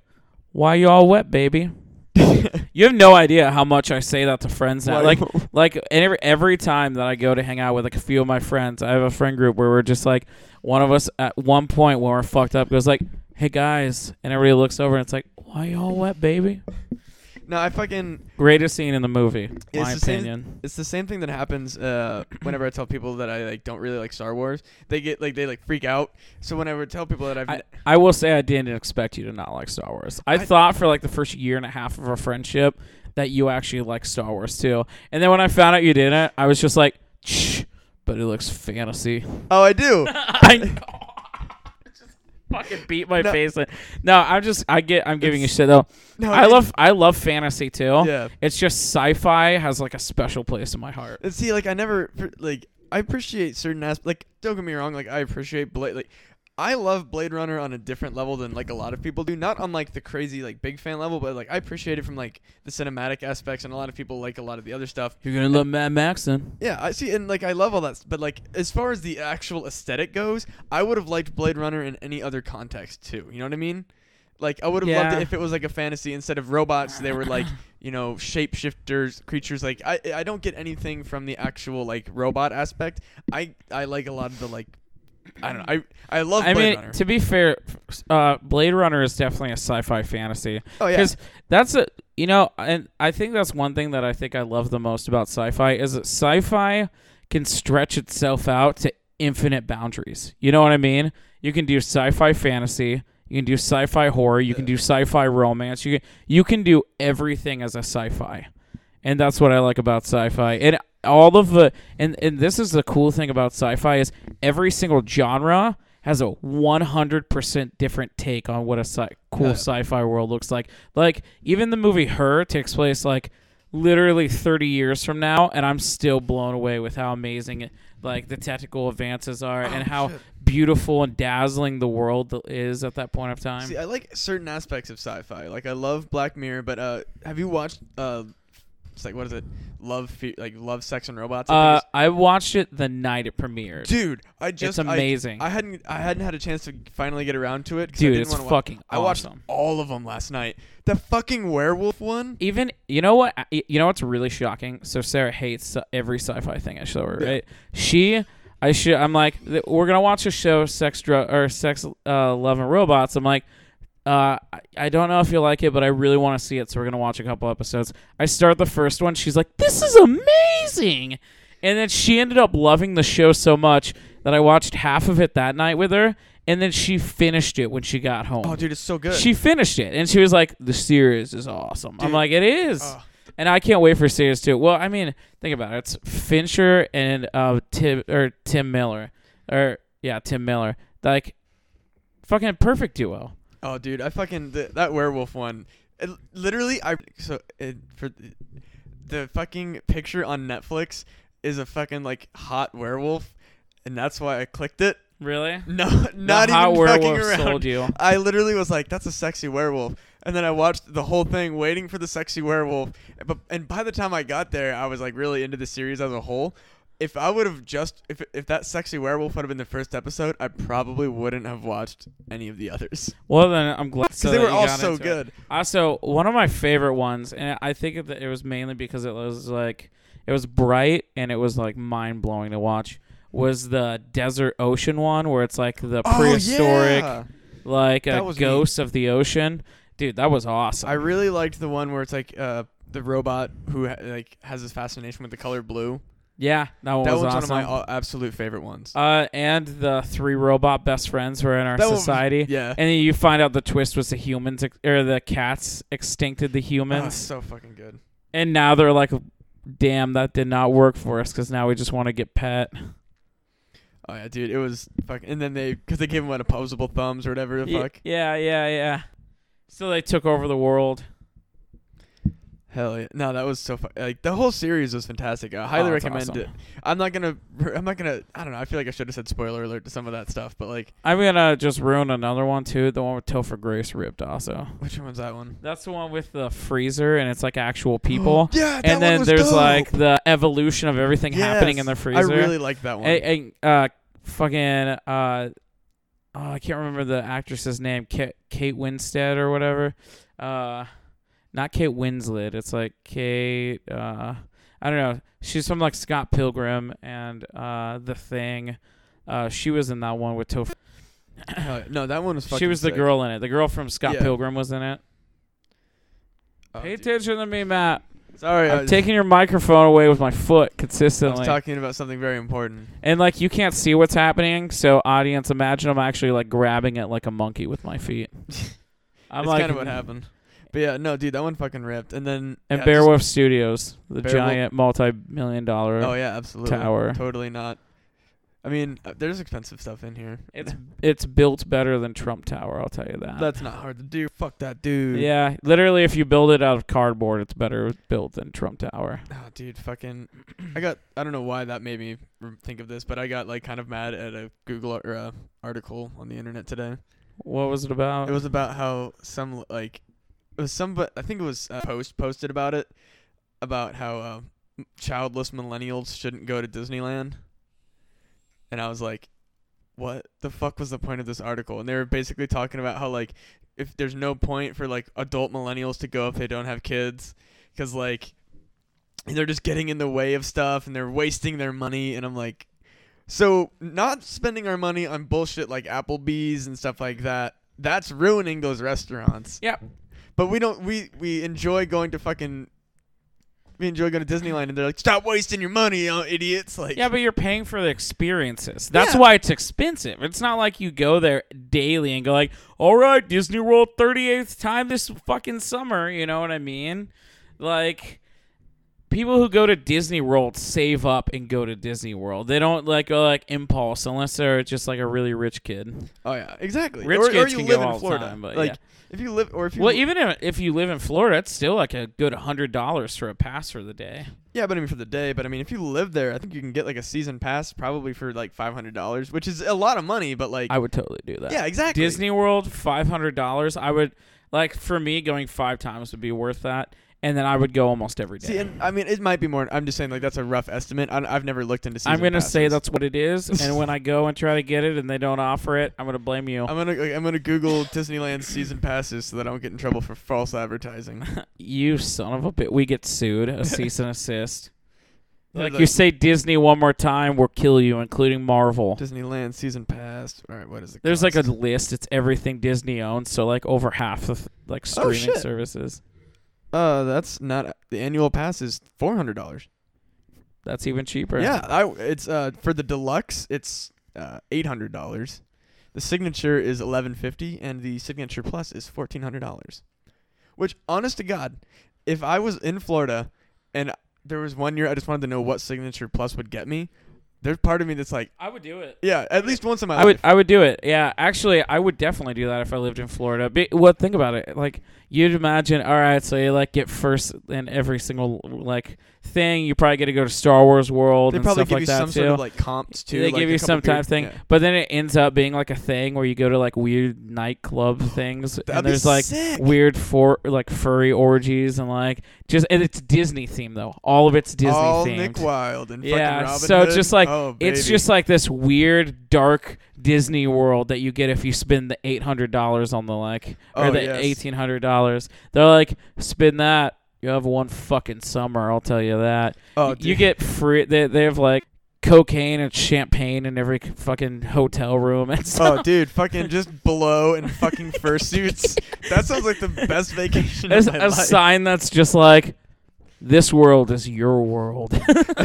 Speaker 2: why you all wet, baby? You have no idea how much I say that to friends now.
Speaker 1: Why-
Speaker 2: Like, like and every every time that I go to hang out with like a few of my friends, I have a friend group where we're just like one of us at one point when we're fucked up goes like, "Hey guys," and everybody looks over and it's like, "Why you all wet, baby?"
Speaker 1: no, I fucking.
Speaker 2: Greatest scene in the movie,
Speaker 1: It's
Speaker 2: my
Speaker 1: the same-
Speaker 2: opinion.
Speaker 1: it's the same thing that happens uh, whenever I tell people that I like don't really like Star Wars. They get like they like freak out. So whenever I tell people that I've
Speaker 2: I, I will say I didn't expect you to not like Star Wars. I,
Speaker 1: I-
Speaker 2: thought for like the first year and a half of our friendship that you actually liked Star Wars too, and then when I found out you didn't, I was just like, "Shh," but it looks fantasy.
Speaker 1: oh I do.
Speaker 2: I Just fucking beat my
Speaker 1: No.
Speaker 2: face in. No, I'm just I get I'm giving
Speaker 1: It's-
Speaker 2: you shit though.
Speaker 1: No,
Speaker 2: I
Speaker 1: it-
Speaker 2: love I love fantasy too.
Speaker 1: Yeah.
Speaker 2: It's just sci-fi has like a special place in my heart.
Speaker 1: And see, like I never fr- like I appreciate certain aspects. Like don't get me wrong, like I appreciate Blade. Like I love Blade Runner on a different level than like a lot of people do. Not on like the crazy like big fan level, but like I appreciate it from like the cinematic aspects. And a lot of people like a lot of the other stuff.
Speaker 2: You're gonna love Mad Max then.
Speaker 1: Yeah, I see, and like I love all that, s- but like as far as the actual aesthetic goes, I would have liked Blade Runner in any other context too. You know what I mean? Like I would have loved
Speaker 2: Yeah.
Speaker 1: it if it was like a fantasy instead of robots. They were like you know shapeshifters, creatures. Like I I don't get anything from the actual like robot aspect. I I like a lot of the like I don't know. I I love
Speaker 2: I
Speaker 1: Blade
Speaker 2: mean,
Speaker 1: Runner.
Speaker 2: to be fair, uh, Blade Runner is definitely a sci-fi fantasy.
Speaker 1: oh yeah,
Speaker 2: Because that's a you know, and I think that's one thing that I think I love the most about sci-fi is that sci-fi can stretch itself out to infinite boundaries. You know what I mean? You can do sci-fi fantasy, you can do sci-fi horror, you can do sci-fi romance. You can you can do everything as a sci-fi, and that's what I like about sci-fi. And all of the and and this is the cool thing about sci-fi is every single genre has a 100% different take on what a sci- cool
Speaker 1: Yeah.
Speaker 2: sci-fi world looks like. Like even the movie Her takes place like literally 30 years from now and I'm still blown away with how amazing it, like the technical advances are
Speaker 1: Oh,
Speaker 2: and how beautiful and dazzling the world is at that point of time. Uh,
Speaker 1: See, I like certain aspects of sci-fi. Like I love Black Mirror, but uh, have you watched uh, it's like what is it? Love, fe- like love, sex, and robots. I think
Speaker 2: uh,
Speaker 1: it's-
Speaker 2: I watched it the night it premiered.
Speaker 1: dude i just I-
Speaker 2: amazing.
Speaker 1: I, hadn't i hadn't had a chance to finally get around to it 'cause I
Speaker 2: Dude,
Speaker 1: didn't
Speaker 2: it's
Speaker 1: wanna watch-
Speaker 2: fucking
Speaker 1: i watched
Speaker 2: awesome.
Speaker 1: all of them last night the fucking werewolf one
Speaker 2: even you know what you know what's really shocking so sarah hates every sci-fi thing i show her right she i should i'm like th- we're gonna watch a show sex drug or sex uh, love and robots i'm like uh, I- I don't know if you'll like it, but I really want to see it, so we're gonna watch a couple episodes. I start the first one. She's like, "This is amazing," and then she ended up loving the show so much that I watched half of it that night with her, and then she finished it when she got home.
Speaker 1: oh dude it's so good
Speaker 2: She finished it, and she was like, "The series is awesome." I'm
Speaker 1: Dude. Ah.
Speaker 2: like, "It is,"
Speaker 1: Ugh.
Speaker 2: And I can't wait for series two. Well, I mean, think about it. It's Fincher and uh, Tim or Tim Miller, or yeah, Tim Miller. Like, fucking perfect duo.
Speaker 1: Oh, dude, I fucking th- that werewolf one. It, literally, I so it, for the fucking picture on Netflix is a fucking like hot werewolf, and that's why I clicked it.
Speaker 2: Really?
Speaker 1: No, not
Speaker 2: the hot
Speaker 1: even fucking
Speaker 2: werewolf
Speaker 1: around.
Speaker 2: sold you.
Speaker 1: I literally was like, "That's a sexy werewolf," and then I watched the whole thing waiting for the sexy werewolf. But and by the time I got there, I was like really into the series as a whole. If I would have just if if that sexy werewolf would have been the first episode, I probably wouldn't have watched any of the others
Speaker 2: Well, then I'm glad.
Speaker 1: because
Speaker 2: So
Speaker 1: they
Speaker 2: that
Speaker 1: were
Speaker 2: you
Speaker 1: all
Speaker 2: got
Speaker 1: so
Speaker 2: into it.
Speaker 1: good.
Speaker 2: Also, Uh, one of my favorite ones, and I think that it was mainly because it was like it was bright and it was like mind blowing to watch. Was the desert ocean one where it's like the prehistoric,
Speaker 1: Oh, yeah.
Speaker 2: like
Speaker 1: That
Speaker 2: a
Speaker 1: was neat.
Speaker 2: ghost of the ocean? Dude, that was awesome.
Speaker 1: I really liked the one where it's like uh the robot who ha- like has this fascination with the color blue.
Speaker 2: yeah, that one
Speaker 1: that
Speaker 2: was
Speaker 1: one's
Speaker 2: awesome.
Speaker 1: one of my all- absolute favorite ones.
Speaker 2: uh, and the three robot best friends were in our
Speaker 1: That one was-
Speaker 2: society.
Speaker 1: yeah.
Speaker 2: And then you find out the twist was the humans ex- or the cats extincted the
Speaker 1: Oh,
Speaker 2: humans.
Speaker 1: so fucking good.
Speaker 2: And now they're like, damn, that did not work for us because now we just want to get pet.
Speaker 1: Oh yeah, dude, it was fucking. And then they, cause they gave him what opposable thumbs or whatever the
Speaker 2: Ye-
Speaker 1: fuck.
Speaker 2: Yeah, yeah, yeah. So they took over the world.
Speaker 1: Hell yeah, no, that was so fu- like the whole series was fantastic. I highly
Speaker 2: Oh, it's
Speaker 1: recommend
Speaker 2: awesome.
Speaker 1: it. I'm not gonna, I'm not gonna. I don't know. I feel like I should have said spoiler alert to some of that stuff, but like,
Speaker 2: I'm gonna just ruin another one too. The one with Topher Grace ripped also.
Speaker 1: which one's that one? Oh,
Speaker 2: That's the one with the freezer and it's like actual people.
Speaker 1: yeah, that
Speaker 2: and
Speaker 1: one
Speaker 2: then
Speaker 1: was
Speaker 2: there's
Speaker 1: dope.
Speaker 2: like the evolution of everything happening in the
Speaker 1: Yes,
Speaker 2: freezer.
Speaker 1: I really liked that one.
Speaker 2: and, and, uh, fucking uh, oh, I can't remember the actress's name. Kate, Kate Winstead or whatever. Uh, not Kate Winslet. It's like Kate. Uh, I don't know. She's from like Scott Pilgrim and uh, The Thing. Uh, she was in that one with Topher.
Speaker 1: Hell yeah. no, that one was.
Speaker 2: she
Speaker 1: fucking
Speaker 2: was the
Speaker 1: sick.
Speaker 2: girl in it. The girl from Scott
Speaker 1: Yeah.
Speaker 2: Pilgrim was in it.
Speaker 1: Oh,
Speaker 2: Pay
Speaker 1: dude.
Speaker 2: attention to me, Matt.
Speaker 1: Sorry, I
Speaker 2: I'm
Speaker 1: was,
Speaker 2: taking your microphone away with my foot
Speaker 1: I was
Speaker 2: consistently.
Speaker 1: talking about something very important.
Speaker 2: And like you can't see what's happening, so audience, imagine I'm actually like grabbing it like a monkey with my feet. I'm
Speaker 1: That's
Speaker 2: like
Speaker 1: kind of what happened. But yeah, no, dude, that one fucking ripped. And then
Speaker 2: And
Speaker 1: yeah, just-
Speaker 2: Bearwolf Studios, the
Speaker 1: Bearwolf-
Speaker 2: giant multi-million dollar.
Speaker 1: Oh yeah, absolutely.
Speaker 2: Tower.
Speaker 1: Totally not. I mean, uh, there's expensive stuff in here.
Speaker 2: It's it's built better than Trump Tower, I'll tell you that.
Speaker 1: That's not hard to do. Fuck that dude.
Speaker 2: yeah, literally if you build it out of cardboard, it's better built than Trump Tower.
Speaker 1: Oh, dude, fucking. I got. I don't know why that made me r- think of this, but I got like kind of mad at a Google ar- or a article on the internet today.
Speaker 2: What was it about?
Speaker 1: It was about how some like it was some but I think it was uh, post posted about it about how uh, m- childless millennials shouldn't go to Disneyland. And I was like, what the fuck was the point of this article? And they were basically talking about how like if there's no point for like adult millennials to go if they don't have kids cuz like they're just getting in the way of stuff and they're wasting their money and I'm like so not spending our money on bullshit like Applebee's and stuff like that that's ruining those restaurants.
Speaker 2: Yep.
Speaker 1: But we don't we we enjoy going to fucking we enjoy going to Disneyland and they're like stop wasting your money, you idiots like
Speaker 2: Yeah, but you're paying for the experiences. That's
Speaker 1: Yeah.
Speaker 2: why it's expensive. It's not like you go there daily and go like, "All right, Disney World 38th time this fucking summer." You know what I mean? Like people who go to Disney World save up and go to Disney World. They don't like go like impulse unless they're just like a really rich kid.
Speaker 1: Oh yeah, exactly.
Speaker 2: Rich
Speaker 1: or, or
Speaker 2: kids
Speaker 1: you
Speaker 2: can
Speaker 1: live
Speaker 2: go all
Speaker 1: in
Speaker 2: the
Speaker 1: Florida.
Speaker 2: time, but
Speaker 1: like
Speaker 2: yeah.
Speaker 1: if you live or if you
Speaker 2: Well, even if, if you live in Florida, it's still like a good $100 for a pass for the day.
Speaker 1: yeah, but I mean for the day. But I mean if you live there, I think you can get like a season pass probably for like five hundred dollars, which is a lot of money. But like
Speaker 2: I would totally do that.
Speaker 1: yeah, exactly.
Speaker 2: Disney World, five hundred dollars. I would like for me going five times would be worth that, and then I would go almost every day.
Speaker 1: See, and I mean it might be more. I'm just saying like that's a rough estimate. I, I've never looked into. Season
Speaker 2: I'm gonna say
Speaker 1: passes.
Speaker 2: that's what it is, and when I go and try to get it and they don't offer it, I'm gonna blame you.
Speaker 1: I'm gonna like, I'm gonna Google Disneyland season passes so that I don't get in trouble for false advertising.
Speaker 2: you son of a bit. We get sued, a cease and assist.
Speaker 1: Yeah,
Speaker 2: Like
Speaker 1: like-
Speaker 2: you say Disney one more time, we'll kill you, including Marvel.
Speaker 1: Disneyland season pass. All right, what is it?
Speaker 2: There's like a list. It's everything Disney owns, so like over half the th- like streaming
Speaker 1: Oh, shit.
Speaker 2: services.
Speaker 1: uh, that's not the annual pass is four hundred dollars.
Speaker 2: That's even cheaper.
Speaker 1: Yeah, I, it's uh for the deluxe it's uh eight hundred dollars. The signature is eleven fifty, and the signature plus is fourteen hundred dollars. Which, honest to God, if I was in Florida and there was one year I just wanted to know what signature plus would get me, there's part of me that's like,
Speaker 2: I would do it.
Speaker 1: yeah, at least once in my
Speaker 2: I would
Speaker 1: life.
Speaker 2: I would do it. Yeah, actually, I would definitely do that if I lived in Florida. But well, think about it. Like you'd imagine, all right, so you like get first in every single like thing. You probably get to go to Star Wars World
Speaker 1: they
Speaker 2: and
Speaker 1: probably
Speaker 2: stuff
Speaker 1: give
Speaker 2: like
Speaker 1: you
Speaker 2: that
Speaker 1: some
Speaker 2: too.
Speaker 1: sort of like comps too.
Speaker 2: they
Speaker 1: like,
Speaker 2: give
Speaker 1: a
Speaker 2: you
Speaker 1: couple
Speaker 2: some
Speaker 1: beer-
Speaker 2: type thing,
Speaker 1: yeah.
Speaker 2: but then it ends up being like a thing where you go to like weird nightclub things,
Speaker 1: That'd
Speaker 2: and
Speaker 1: be
Speaker 2: there's like
Speaker 1: sick.
Speaker 2: weird for like furry orgies and like just and it's Disney themed though. All of it's Disney
Speaker 1: All
Speaker 2: themed.
Speaker 1: Nick Wilde and
Speaker 2: Yeah,
Speaker 1: fucking Robin
Speaker 2: so
Speaker 1: Hood.
Speaker 2: just like
Speaker 1: Oh,
Speaker 2: it's
Speaker 1: baby.
Speaker 2: just like this weird dark Disney world that you get if you spend the eight hundred dollars on the like or
Speaker 1: Oh,
Speaker 2: the
Speaker 1: yes.
Speaker 2: eighteen hundred dollars. They're like spend that. You have one fucking summer, I'll tell you that.
Speaker 1: oh,
Speaker 2: Y-
Speaker 1: dude.
Speaker 2: you get free. They, they have like cocaine and champagne in every c- fucking hotel room and stuff.
Speaker 1: Oh, dude, fucking just blow and fucking fursuits. That sounds like the best vacation
Speaker 2: There's
Speaker 1: of my
Speaker 2: a
Speaker 1: life.
Speaker 2: sign that's just like, "This world is your world."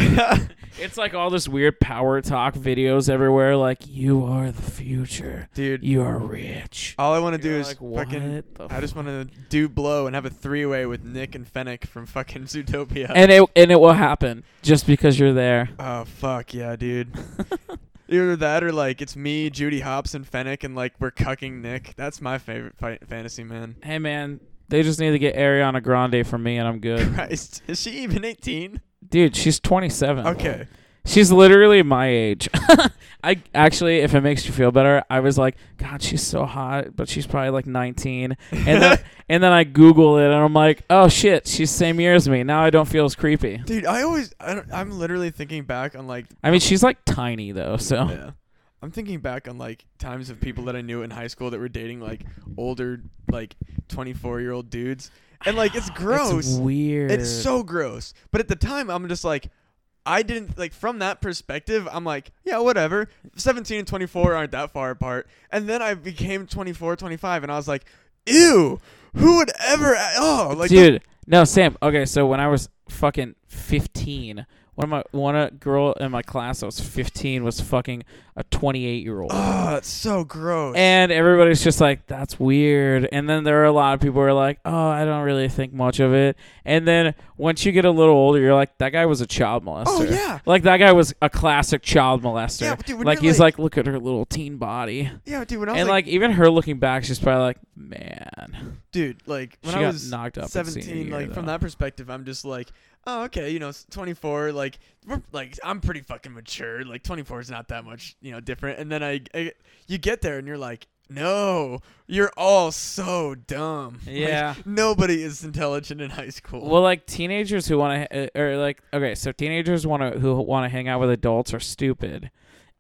Speaker 2: it's like all this weird power talk videos everywhere. Like you are the future.
Speaker 1: Dude,
Speaker 2: You are rich.
Speaker 1: all I want to do
Speaker 2: You're
Speaker 1: is
Speaker 2: like, what
Speaker 1: fucking.
Speaker 2: the
Speaker 1: I just want to do blow and have a three way with Nick and Fennec from fucking Zootopia.
Speaker 2: and it and it will happen just because you're there.
Speaker 1: oh fuck yeah, dude. Either that or like it's me, Judy Hopps, and Fennec, and like we're cucking Nick. That's my favorite fi- fantasy, man.
Speaker 2: Hey man, they just need to get Ariana Grande for me, and I'm good.
Speaker 1: Christ, is she even eighteen?
Speaker 2: Dude, she's 27.
Speaker 1: Okay,
Speaker 2: She's literally my age. I actually, if it makes you feel better, I was like, God, she's so hot, but she's probably like 19. And then, and then I Google it, and I'm like, oh shit, she's same year as me. Now I don't feel as creepy.
Speaker 1: dude. I always, I don't, I'm literally thinking back on like
Speaker 2: I mean, she's like tiny though, so
Speaker 1: Yeah. I'm thinking back on like times of people that I knew in high school that were dating like older like 24 year old dudes, and like it's gross.
Speaker 2: It's
Speaker 1: It's,
Speaker 2: weird.
Speaker 1: so gross. But at the time, I'm just like, I didn't like from that perspective. I'm like, yeah, whatever. 17 and 24 aren't that far apart. And then I became 24, 25, and I was like, ew, who would ever? Oh, like
Speaker 2: dude. No, Sam. Okay, so when I was fucking 15, one of my one a girl in my class that was 15 was fucking a 28 year old.
Speaker 1: Oh, it's so gross.
Speaker 2: And everybody's just like, that's weird. And then there are a lot of people who are like, oh, I don't really think much of it. And then once you get a little older, you're like, that guy was a child molester.
Speaker 1: oh yeah,
Speaker 2: Like, that guy was a classic child molester.
Speaker 1: Yeah, but dude, when
Speaker 2: like,
Speaker 1: you're
Speaker 2: he's
Speaker 1: like-
Speaker 2: like, look at her little teen body.
Speaker 1: yeah, dude. When I was
Speaker 2: And, like, even her looking back, she's probably like, man.
Speaker 1: dude, like when
Speaker 2: she
Speaker 1: I
Speaker 2: got
Speaker 1: was
Speaker 2: knocked up. in senior
Speaker 1: 17
Speaker 2: year,
Speaker 1: like from
Speaker 2: though.
Speaker 1: that perspective i'm just like oh okay you know s- 24 like we're like i'm pretty fucking mature like 24 is not that much you know different and then I, I- you get there and you're like no you're all so dumb Like,
Speaker 2: Yeah.
Speaker 1: nobody is intelligent in high school
Speaker 2: Well, like teenagers who want to, or like okay, so teenagers want to who want to hang out with adults are stupid,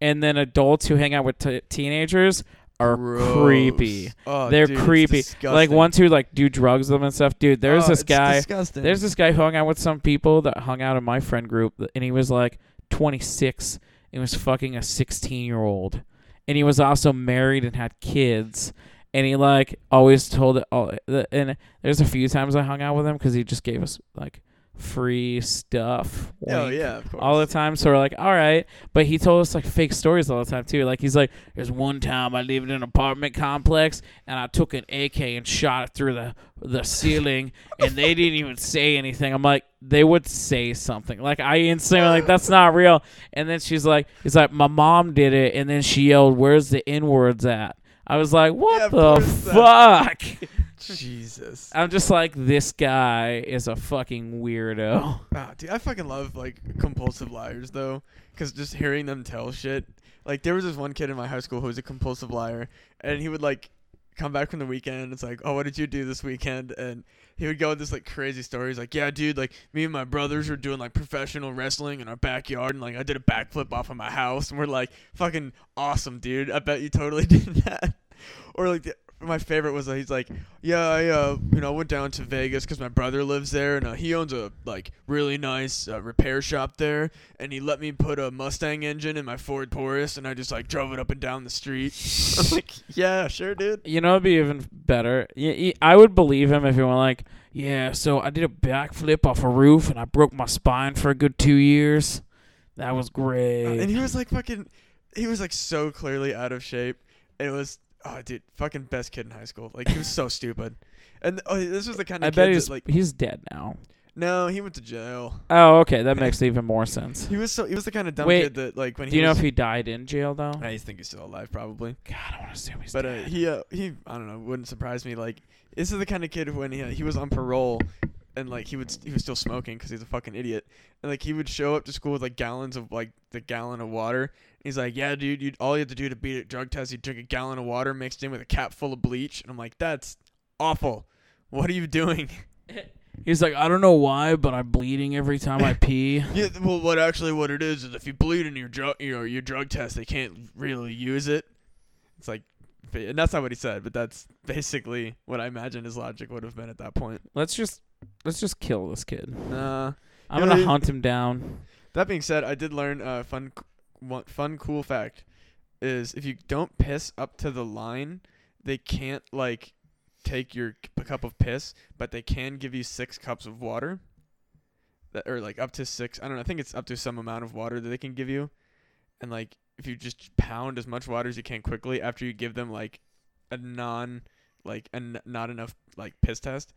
Speaker 2: and then adults who hang out with t- teenagers are
Speaker 1: Gross.
Speaker 2: creepy.
Speaker 1: Oh,
Speaker 2: They're
Speaker 1: dude, it's
Speaker 2: creepy. Like
Speaker 1: disgusting.
Speaker 2: ones who like do drugs with them and stuff. Dude, there's
Speaker 1: Oh,
Speaker 2: this
Speaker 1: it's
Speaker 2: guy.
Speaker 1: disgusting.
Speaker 2: There's this guy who hung out with some people that hung out in my friend group, th- and he was like 26 and was fucking a 16 year old, and he was also married and had kids, and he like always told it all. the- And there's a few times I hung out with him because he just gave us like free stuff.
Speaker 1: oh
Speaker 2: wink,
Speaker 1: yeah of course
Speaker 2: All the time, so we're like, all right, but he told us like fake stories all the time too. Like he's like, there's one time I lived in an apartment complex and I took an AK and shot it through the the ceiling, and they didn't even say anything. I'm like, they would say something. Like I instantly like that's not real. And then she's like, he's like, my mom did it, and then she yelled, "Where's the n words at?" I was like,
Speaker 1: Yeah,
Speaker 2: what
Speaker 1: of course uh,
Speaker 2: the fuck?
Speaker 1: jesus
Speaker 2: I'm just like, this guy is a fucking weirdo.
Speaker 1: Ah, dude, I fucking love like compulsive liars though, because just hearing them tell shit. Like there was this one kid in my high school who was a compulsive liar, and he would like come back from the weekend. And it's like, oh, what did you do this weekend? And he would go with this like crazy story. He's like, yeah, dude, like me and my brothers were doing like professional wrestling in our backyard, and like I did a backflip off of my house, and we're like, fucking awesome, dude. I bet you totally did that. or like the, my favorite was that he's like, yeah, I uh, you know went down to Vegas because my brother lives there and uh, he owns a like really nice uh, repair shop there, and he let me put a Mustang engine in my Ford Taurus, and I just like drove it up and down the street. I'm like, yeah, sure, dude.
Speaker 2: You know, it'd be even better. Y- y- I would believe him if he went like, "Yeah, so I did a backflip off a roof and I broke my spine for a good two years. That was
Speaker 1: Uh, and
Speaker 2: great."
Speaker 1: he was like fucking, he was like so clearly out of shape. And it was oh, dude, fucking best kid in high school. Like he was so stupid. And oh, this was the kind of
Speaker 2: I
Speaker 1: kid
Speaker 2: bet
Speaker 1: that,
Speaker 2: he's
Speaker 1: like
Speaker 2: he's dead now.
Speaker 1: no, he went to jail.
Speaker 2: Oh, okay, that makes even more sense.
Speaker 1: He was so he was the kind of dumb
Speaker 2: Wait,
Speaker 1: kid that like when
Speaker 2: Do
Speaker 1: he
Speaker 2: you know
Speaker 1: was,
Speaker 2: if he died in jail though? God,
Speaker 1: I think he's still alive probably.
Speaker 2: I want to assume he's
Speaker 1: But uh,
Speaker 2: dead.
Speaker 1: he uh, he I don't know wouldn't surprise me like this is the kind of kid who when he, he was on parole and like he would he was still smoking because he's a fucking idiot and like he would show up to school with like gallons of like the gallon of water he's like yeah dude you all you have to do to beat a drug test you drink a gallon of water mixed in with a cap full of bleach and I'm like that's awful what are you doing
Speaker 2: he's like, I don't know why, but I'm bleeding every time I pee.
Speaker 1: yeah well what actually what it is is if you bleed in your drug you know your drug test they can't really use it it's like and that's not what he said but that's basically what I imagine his logic would have been at that point.
Speaker 2: Let's just let's just kill this kid.
Speaker 1: Nah.
Speaker 2: I'm
Speaker 1: Yeah,
Speaker 2: gonna
Speaker 1: you-
Speaker 2: hunt him down.
Speaker 1: That being said, I did learn a fun, c- one fun cool fact is if you don't piss up to the line, they can't like take your c- cup of piss, but they can give you six cups of water. That, or like up to six. I don't know. I think it's up to some amount of water that they can give you, and like if you just pound as much water as you can quickly after you give them like a non, like a n- not enough like piss test,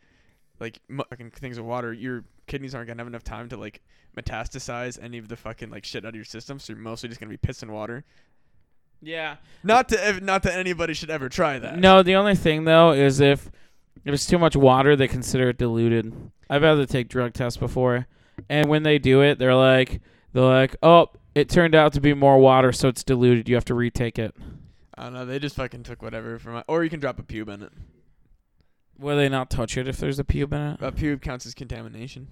Speaker 1: like mu- fucking things of water, your kidneys aren't gonna have enough time to like metastasize any of the fucking like shit out of your system, so you're mostly just gonna be pissing water.
Speaker 2: Yeah.
Speaker 1: Not to ev- not that anybody should ever try that.
Speaker 2: No, the only thing though is if there's too much water, they consider it diluted. I've had to take drug tests before, and when they do it, they're like, they're like, oh, it turned out to be more water, so it's diluted. You have to retake it.
Speaker 1: I don't know. They just fucking took whatever from, my, or you can drop a pube in it.
Speaker 2: Will they not touch it if there's a pube in it?
Speaker 1: A pube counts as contamination.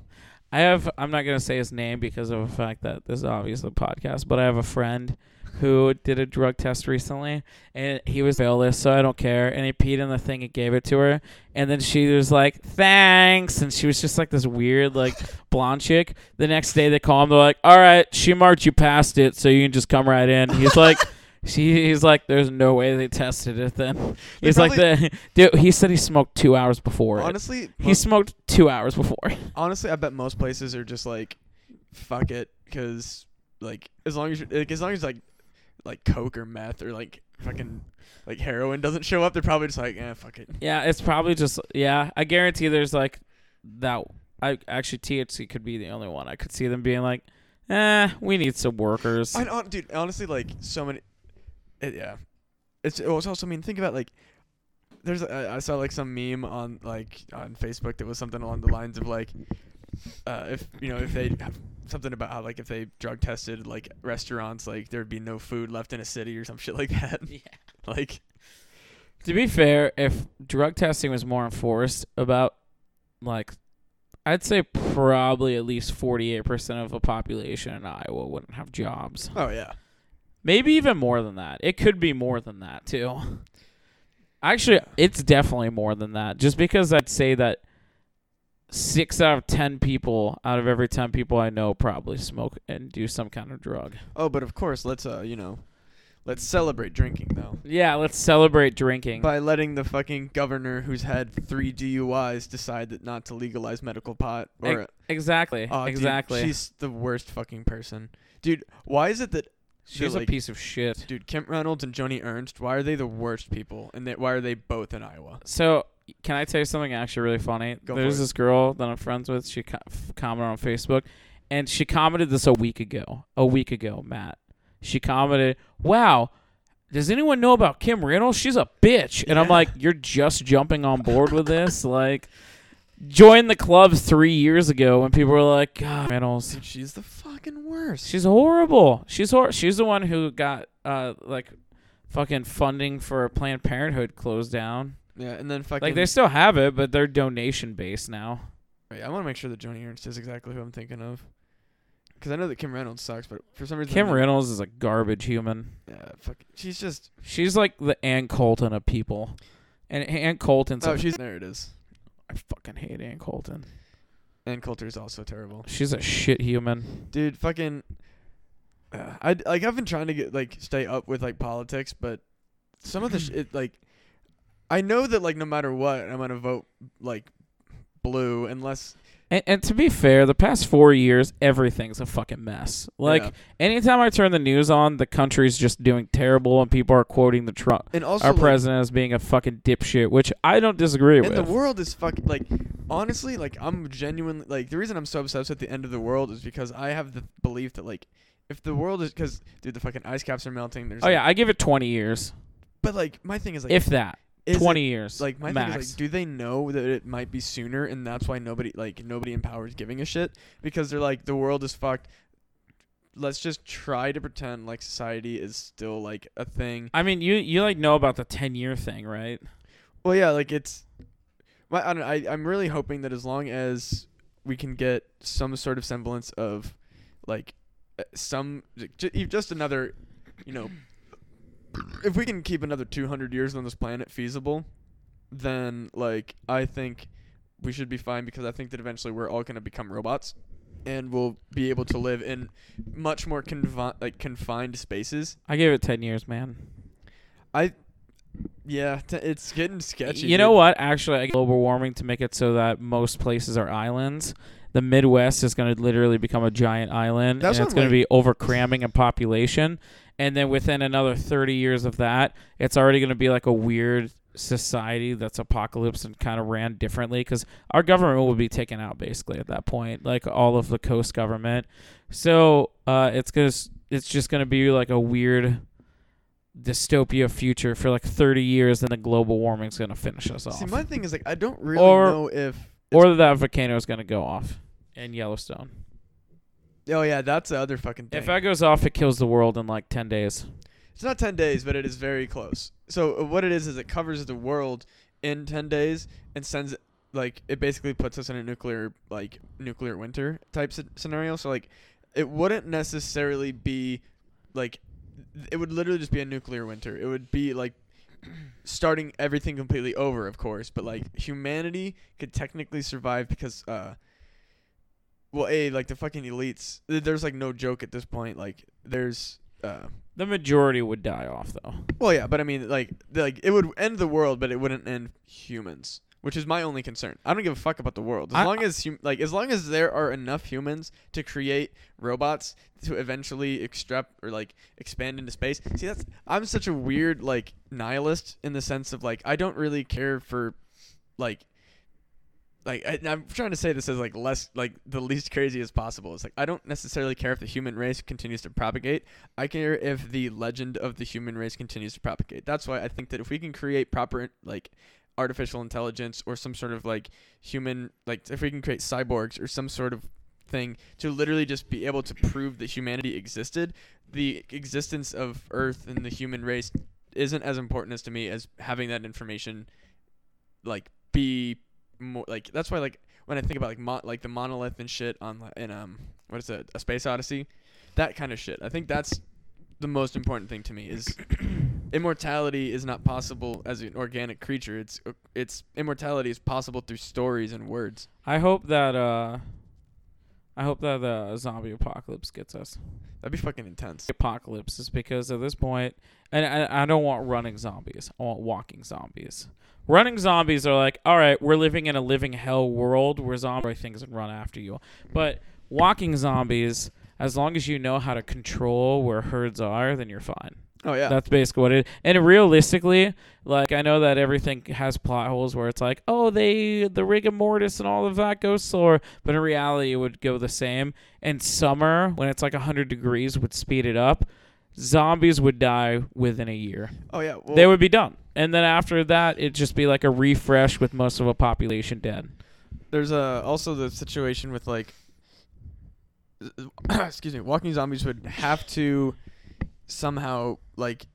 Speaker 2: I have. I'm not gonna say his name because of the fact that this is obviously a podcast, but I have a friend who did a drug test recently, and he was fearless, so I don't care. And he peed in the thing and gave it to her, and then she was like, "Thanks," and she was just like this weird, like blonde chick. The next day they call him, they're like, "All right, she marked you past it, so you can just come right in." He's like. She, he's like, there's no way they tested it then.
Speaker 1: They
Speaker 2: He's like, the, dude, he said he smoked two hours before. it.
Speaker 1: Honestly,
Speaker 2: He smoked two hours before.
Speaker 1: honestly, I bet most places are just like, fuck it, because like as long as you're, like, as long as like like coke or meth or like fucking like heroin doesn't show up, they're probably just like, eh, fuck it.
Speaker 2: Yeah, it's probably just yeah. I guarantee there's like that. I actually THC could be the only one. I could see them being like, eh, we need some workers.
Speaker 1: I don't, dude. Honestly, like so many, it, yeah. It's it was also I mean think about like there's uh, I, I saw like some meme on like on Facebook that was something along the lines of like uh, if you know if they something about how like if they drug tested like restaurants like there'd be no food left in a city or some shit like that.
Speaker 2: Yeah.
Speaker 1: like
Speaker 2: To be fair, if drug testing was more enforced about, like, I'd say probably at least forty-eight percent of the population in Iowa wouldn't have jobs.
Speaker 1: oh yeah.
Speaker 2: Maybe even more than that. It could be more than that too. Actually, it's definitely more than that. Just because I'd say that six out of ten people out of every ten people I know probably smoke and do some kind of drug.
Speaker 1: Oh, but of course let's uh you know let's celebrate drinking though.
Speaker 2: Yeah, let's celebrate drinking.
Speaker 1: By letting the fucking governor who's had three DUIs decide that not to legalize medical pot or
Speaker 2: exactly.
Speaker 1: Oh, dude,
Speaker 2: exactly.
Speaker 1: she's the worst fucking person. Dude, why is it that
Speaker 2: she's
Speaker 1: they're
Speaker 2: a
Speaker 1: like-
Speaker 2: piece of shit.
Speaker 1: dude Kemp Reynolds and Joni Ernst, why are they the worst people? And they, why are they both in Iowa?
Speaker 2: So, can I tell you something actually really funny?
Speaker 1: Go for
Speaker 2: There's
Speaker 1: it.
Speaker 2: this girl that I'm friends with. She co- f- commented on Facebook, and she commented this a week ago. A week ago, Matt. She commented, "Wow, does anyone know about Kim Reynolds? She's a bitch." And I'm
Speaker 1: Yeah.
Speaker 2: like, "You're just jumping on board with this, like." Joined the club three years ago when people were like, "God, Reynolds,
Speaker 1: Dude, she's the fucking worst.
Speaker 2: She's horrible. She's hor- she's the one who got uh like fucking funding for Planned Parenthood closed down.
Speaker 1: yeah, and then fucking
Speaker 2: Like they still have it, but they're donation based now.
Speaker 1: Wait, I want to make sure that Joni Ernst is exactly who I'm thinking of. Cuz I know that Kim Reynolds sucks, but for some reason
Speaker 2: Kim
Speaker 1: I'm-
Speaker 2: Reynolds is a garbage human.
Speaker 1: Yeah, fuck. She's just
Speaker 2: She's like the Ann Colton of people. And Ann Colton's
Speaker 1: Oh,
Speaker 2: a-
Speaker 1: she's there it is.
Speaker 2: I fucking hate Ann Colton.
Speaker 1: And Coulter's also terrible.
Speaker 2: She's a shit human.
Speaker 1: dude fucking uh, i like i've been trying to get like stay up with like politics but some of the sh- it like i know that like no matter what i'm gonna vote like blue unless
Speaker 2: And, and to be fair, the past four years, everything's a fucking mess. Like
Speaker 1: Yeah.
Speaker 2: anytime I turn the news on, the country's just doing terrible, and people are quoting the Trump,
Speaker 1: And also,
Speaker 2: our
Speaker 1: like,
Speaker 2: president, as being a fucking dipshit, which I don't disagree
Speaker 1: and
Speaker 2: with.
Speaker 1: the world is fucking like honestly like i'm genuinely like the reason i'm so obsessed with the end of the world is because i have the belief that like if the world is because dude the fucking ice caps are melting there's
Speaker 2: oh yeah,
Speaker 1: like-
Speaker 2: I give it twenty years,
Speaker 1: but like my thing is like
Speaker 2: if that.
Speaker 1: is it-
Speaker 2: Twenty years,
Speaker 1: like my
Speaker 2: max.
Speaker 1: thing is like do they know that it might be sooner and that's why nobody like nobody in power is giving a shit because they're like the world is fucked let's just try to pretend like society is still like a thing
Speaker 2: I mean, you you like know about the ten year thing, right?
Speaker 1: Well, yeah, like it's. My, I don't know, I, I'm really hoping that as long as we can get some sort of semblance of, like, uh, some ju- e- just another, you know, if we can keep another 200 years on this planet feasible, then like I think we should be fine because I think that eventually we're all going to become robots, and we'll be able to live in much more confi- like confined spaces.
Speaker 2: I gave it ten years, man.
Speaker 1: I, yeah, t- it's getting sketchy.
Speaker 2: you
Speaker 1: dude.
Speaker 2: know what? Actually, I- global warming to make it so that most places are islands. The Midwest is going to literally become a giant island,
Speaker 1: That's
Speaker 2: and
Speaker 1: what
Speaker 2: it's
Speaker 1: I'm
Speaker 2: going to
Speaker 1: like-
Speaker 2: be overcramming in population. And then within another thirty years of that, it's already going to be like a weird society that's apocalypse and kind of ran differently because our government will be taken out basically at that point, like all of the coast government. So uh, it's gonna s- it's just gonna be like a weird dystopia future for like 30 years then the global warming's going to finish us off
Speaker 1: See, my thing is like I don't really
Speaker 2: Or-
Speaker 1: know if.
Speaker 2: or that volcano is going to go off in yellowstone
Speaker 1: Oh yeah, that's the other fucking thing.
Speaker 2: if that goes off it kills the world in like 10 days
Speaker 1: it's not ten days, but it is very close. So uh, what it is is it covers the world in ten days and sends like it basically puts us in a nuclear like nuclear winter type sce- scenario. So like it wouldn't necessarily be like it would literally just be a nuclear winter. It would be like starting everything completely over, of course, but like humanity could technically survive because uh well, a like the fucking elites. th- There's like no joke at this point. Like there's uh
Speaker 2: the majority would die off though
Speaker 1: well, yeah, but I mean like the- like it would end the world, but it wouldn't end humans, which is my only concern. I don't give a fuck about the world. As
Speaker 2: I-
Speaker 1: long as hum- like as long as there are enough humans to create robots to eventually extract or like expand into space. See, that's I'm such a weird like nihilist in the sense of like I don't really care for like like I, and I'm trying to say this as like less like the least crazy as possible. It's like I don't necessarily care if the human race continues to propagate. I care if the legend of the human race continues to propagate. That's why I think that if we can create proper like artificial intelligence or some sort of like human like if we can create cyborgs or some sort of thing to literally just be able to prove that humanity existed, the existence of Earth and the human race isn't as important as to me as having that information like be more like that's why like when I think about like mo- like the monolith and shit on like, in um what is it a space odyssey that kind of shit I think that's the most important thing to me is immortality is not possible as an organic creature it's uh, it's immortality is possible through stories and words
Speaker 2: i hope that uh i hope that the zombie apocalypse gets us
Speaker 1: that'd be fucking intense
Speaker 2: apocalypse is because at this point and I, I don't want running zombies i want walking zombies running zombies are like all right we're living in a living hell world where zombie things and run after you but walking zombies as long as you know how to control where herds are then you're fine
Speaker 1: oh yeah
Speaker 2: that's basically what it. And realistically, like I know that everything has plot holes where it's like, oh, they the rigor mortis and all of that goes slower, but in reality, it would go the same. And summer, when it's like hundred degrees, would speed it up. Zombies would die within a year.
Speaker 1: oh yeah well,
Speaker 2: they would be done, and then after that, it'd just be like a refresh with most of a population dead.
Speaker 1: there's uh, also the situation with like excuse me walking zombies would have to somehow like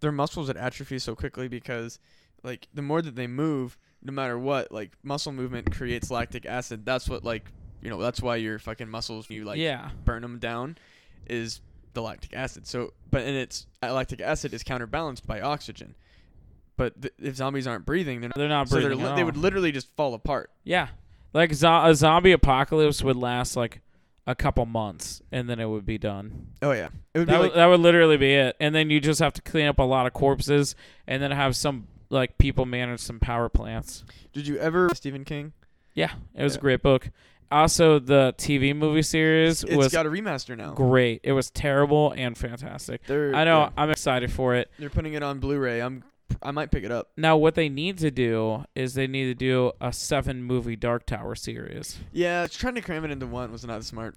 Speaker 1: their muscles would atrophy so quickly because like the more that they move no matter what like muscle movement creates lactic acid that's what like you know that's why your fucking muscles you like
Speaker 2: yeah,
Speaker 1: burn them down is the lactic acid. So, but and it's uh, lactic acid is counterbalanced by oxygen. But th- if zombies aren't breathing, they're not.
Speaker 2: they're not
Speaker 1: So
Speaker 2: breathing.
Speaker 1: they're
Speaker 2: at
Speaker 1: li- they
Speaker 2: all.
Speaker 1: would literally just fall apart.
Speaker 2: Yeah. Like zo- a zombie apocalypse would last like a couple months and then it would be done.
Speaker 1: Oh yeah, it would
Speaker 2: That,
Speaker 1: be
Speaker 2: would
Speaker 1: like
Speaker 2: that would literally be it. And then you just have to clean up a lot of corpses and then have some like people manage some power plants.
Speaker 1: Did you ever Stephen King?
Speaker 2: Yeah, it was
Speaker 1: Yeah.
Speaker 2: a great book. Also, the TV movie series
Speaker 1: It's
Speaker 2: was
Speaker 1: got a remaster now.
Speaker 2: great. It was terrible and fantastic.
Speaker 1: They're,
Speaker 2: I know.
Speaker 1: yeah,
Speaker 2: I'm excited for it.
Speaker 1: they're putting it on Blu-ray. I'm I might pick it up.
Speaker 2: Now, what they need to do is they need to do a seven movie Dark Tower series.
Speaker 1: Yeah, trying to cram it into one was not smart.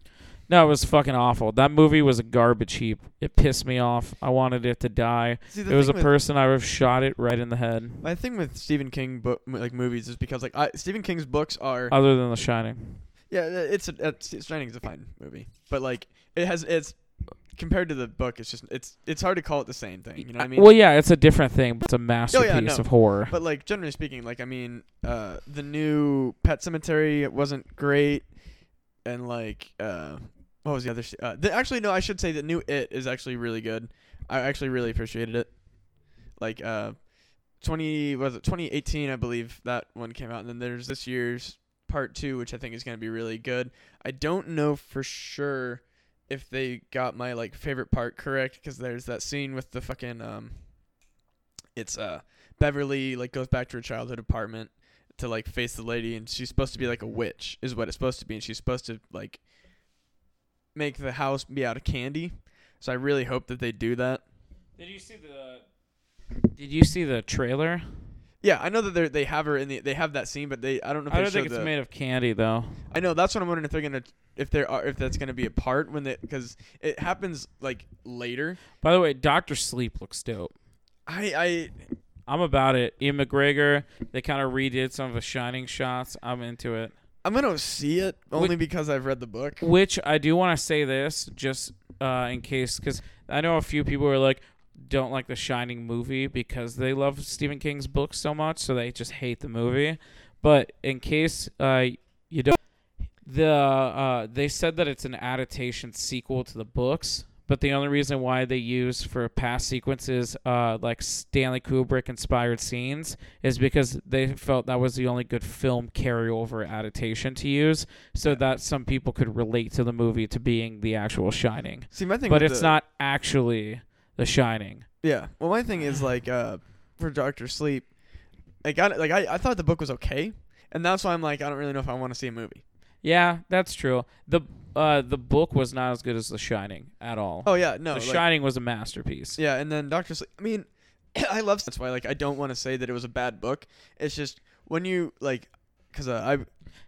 Speaker 2: No, it was fucking awful. That movie was a garbage heap. It pissed me off. I wanted it to die.
Speaker 1: See, the
Speaker 2: It was a
Speaker 1: thing with-
Speaker 2: person I would have shot it right in the head.
Speaker 1: My thing with Stephen King book like movies is because like I, Stephen King's books are
Speaker 2: Other than The Shining,
Speaker 1: yeah uh, it's a it's, Stranding's a fine movie but like it has it's compared to the book it's just it's it's hard to call it the same thing you know what I mean Oh,
Speaker 2: well, yeah, it's a different thing, but it's a masterpiece
Speaker 1: no.
Speaker 2: of horror.
Speaker 1: but like generally speaking like I mean uh the new Pet Cemetery it wasn't great and like uh what was the other sh- uh, the, actually no I should say the new It is actually really good I actually really appreciated it like uh 20 was it 2018 I believe that one came out and then there's this year's part 2 which I think is going to be really good. I don't know for sure if they got my like favorite part correct cuz there's that scene with the fucking um it's uh Beverly like goes back to her childhood apartment to like face the lady and she's supposed to be like a witch is what it's supposed to be and she's supposed to like make the house be out of candy. So I really hope that they do that.
Speaker 2: Did you see the? Did you see the trailer?
Speaker 1: Yeah, I know that they they have her in the they have that scene, but they I don't know if
Speaker 2: I
Speaker 1: they
Speaker 2: don't think
Speaker 1: showed
Speaker 2: it's
Speaker 1: the-
Speaker 2: made of candy though.
Speaker 1: I know that's what I'm wondering if they're gonna if there are if that's gonna be a part when they because it happens like later.
Speaker 2: By the way, Doctor Sleep looks dope.
Speaker 1: I I
Speaker 2: I'm about it. Ian McGregor. They kind of redid some of the Shining shots. I'm into it.
Speaker 1: I'm gonna see it only because I've read the book.
Speaker 2: Which I do want to say this just uh, in case, because I know a few people are like, don't like the Shining movie because they love Stephen King's books so much, so they just hate the movie. But in case uh, you don't, the uh, they said that it's an adaptation sequel to the books. But the only reason why they use for past sequences, uh, like Stanley Kubrick inspired scenes, is because they felt that was the only good film carryover adaptation to use, so that some people could relate to the movie to being the actual Shining.
Speaker 1: See my thing,
Speaker 2: But
Speaker 1: with
Speaker 2: it's
Speaker 1: the-
Speaker 2: not actually The Shining.
Speaker 1: Yeah. Well, my thing is like uh for Doctor Sleep, I got it. Like I I thought the book was okay, and that's why I'm like I don't really know if I want to see a movie.
Speaker 2: Yeah, that's true. the uh, The book was not as good as The Shining at all.
Speaker 1: Oh yeah, no.
Speaker 2: the
Speaker 1: like-
Speaker 2: Shining was a masterpiece.
Speaker 1: Yeah, and then Doctor Sleep. I mean, I love. That's why, like, I don't want to say that it was a bad book. It's just when you like, because uh, I,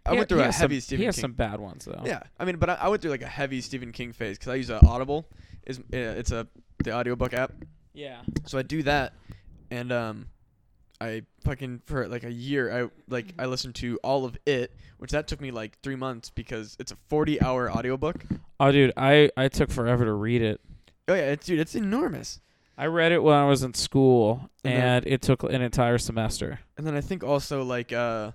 Speaker 1: I
Speaker 2: He-
Speaker 1: went through
Speaker 2: he
Speaker 1: a
Speaker 2: has
Speaker 1: heavy
Speaker 2: some,
Speaker 1: Stephen
Speaker 2: He has
Speaker 1: King.
Speaker 2: some bad ones though.
Speaker 1: Yeah, I mean, but I, I went through like a heavy Stephen King phase because I use uh, Audible. Is uh, it's a the audiobook app,
Speaker 2: Yeah.
Speaker 1: so I do that, and um, I fucking for like a year I like I listened to all of it, which that took me like three months because it's a forty hour audiobook.
Speaker 2: Oh, dude, I I took forever to read it.
Speaker 1: Oh yeah, it's, dude, it's enormous.
Speaker 2: I read it when I was in school,
Speaker 1: And then-
Speaker 2: and it took an entire semester.
Speaker 1: And then I think also like uh,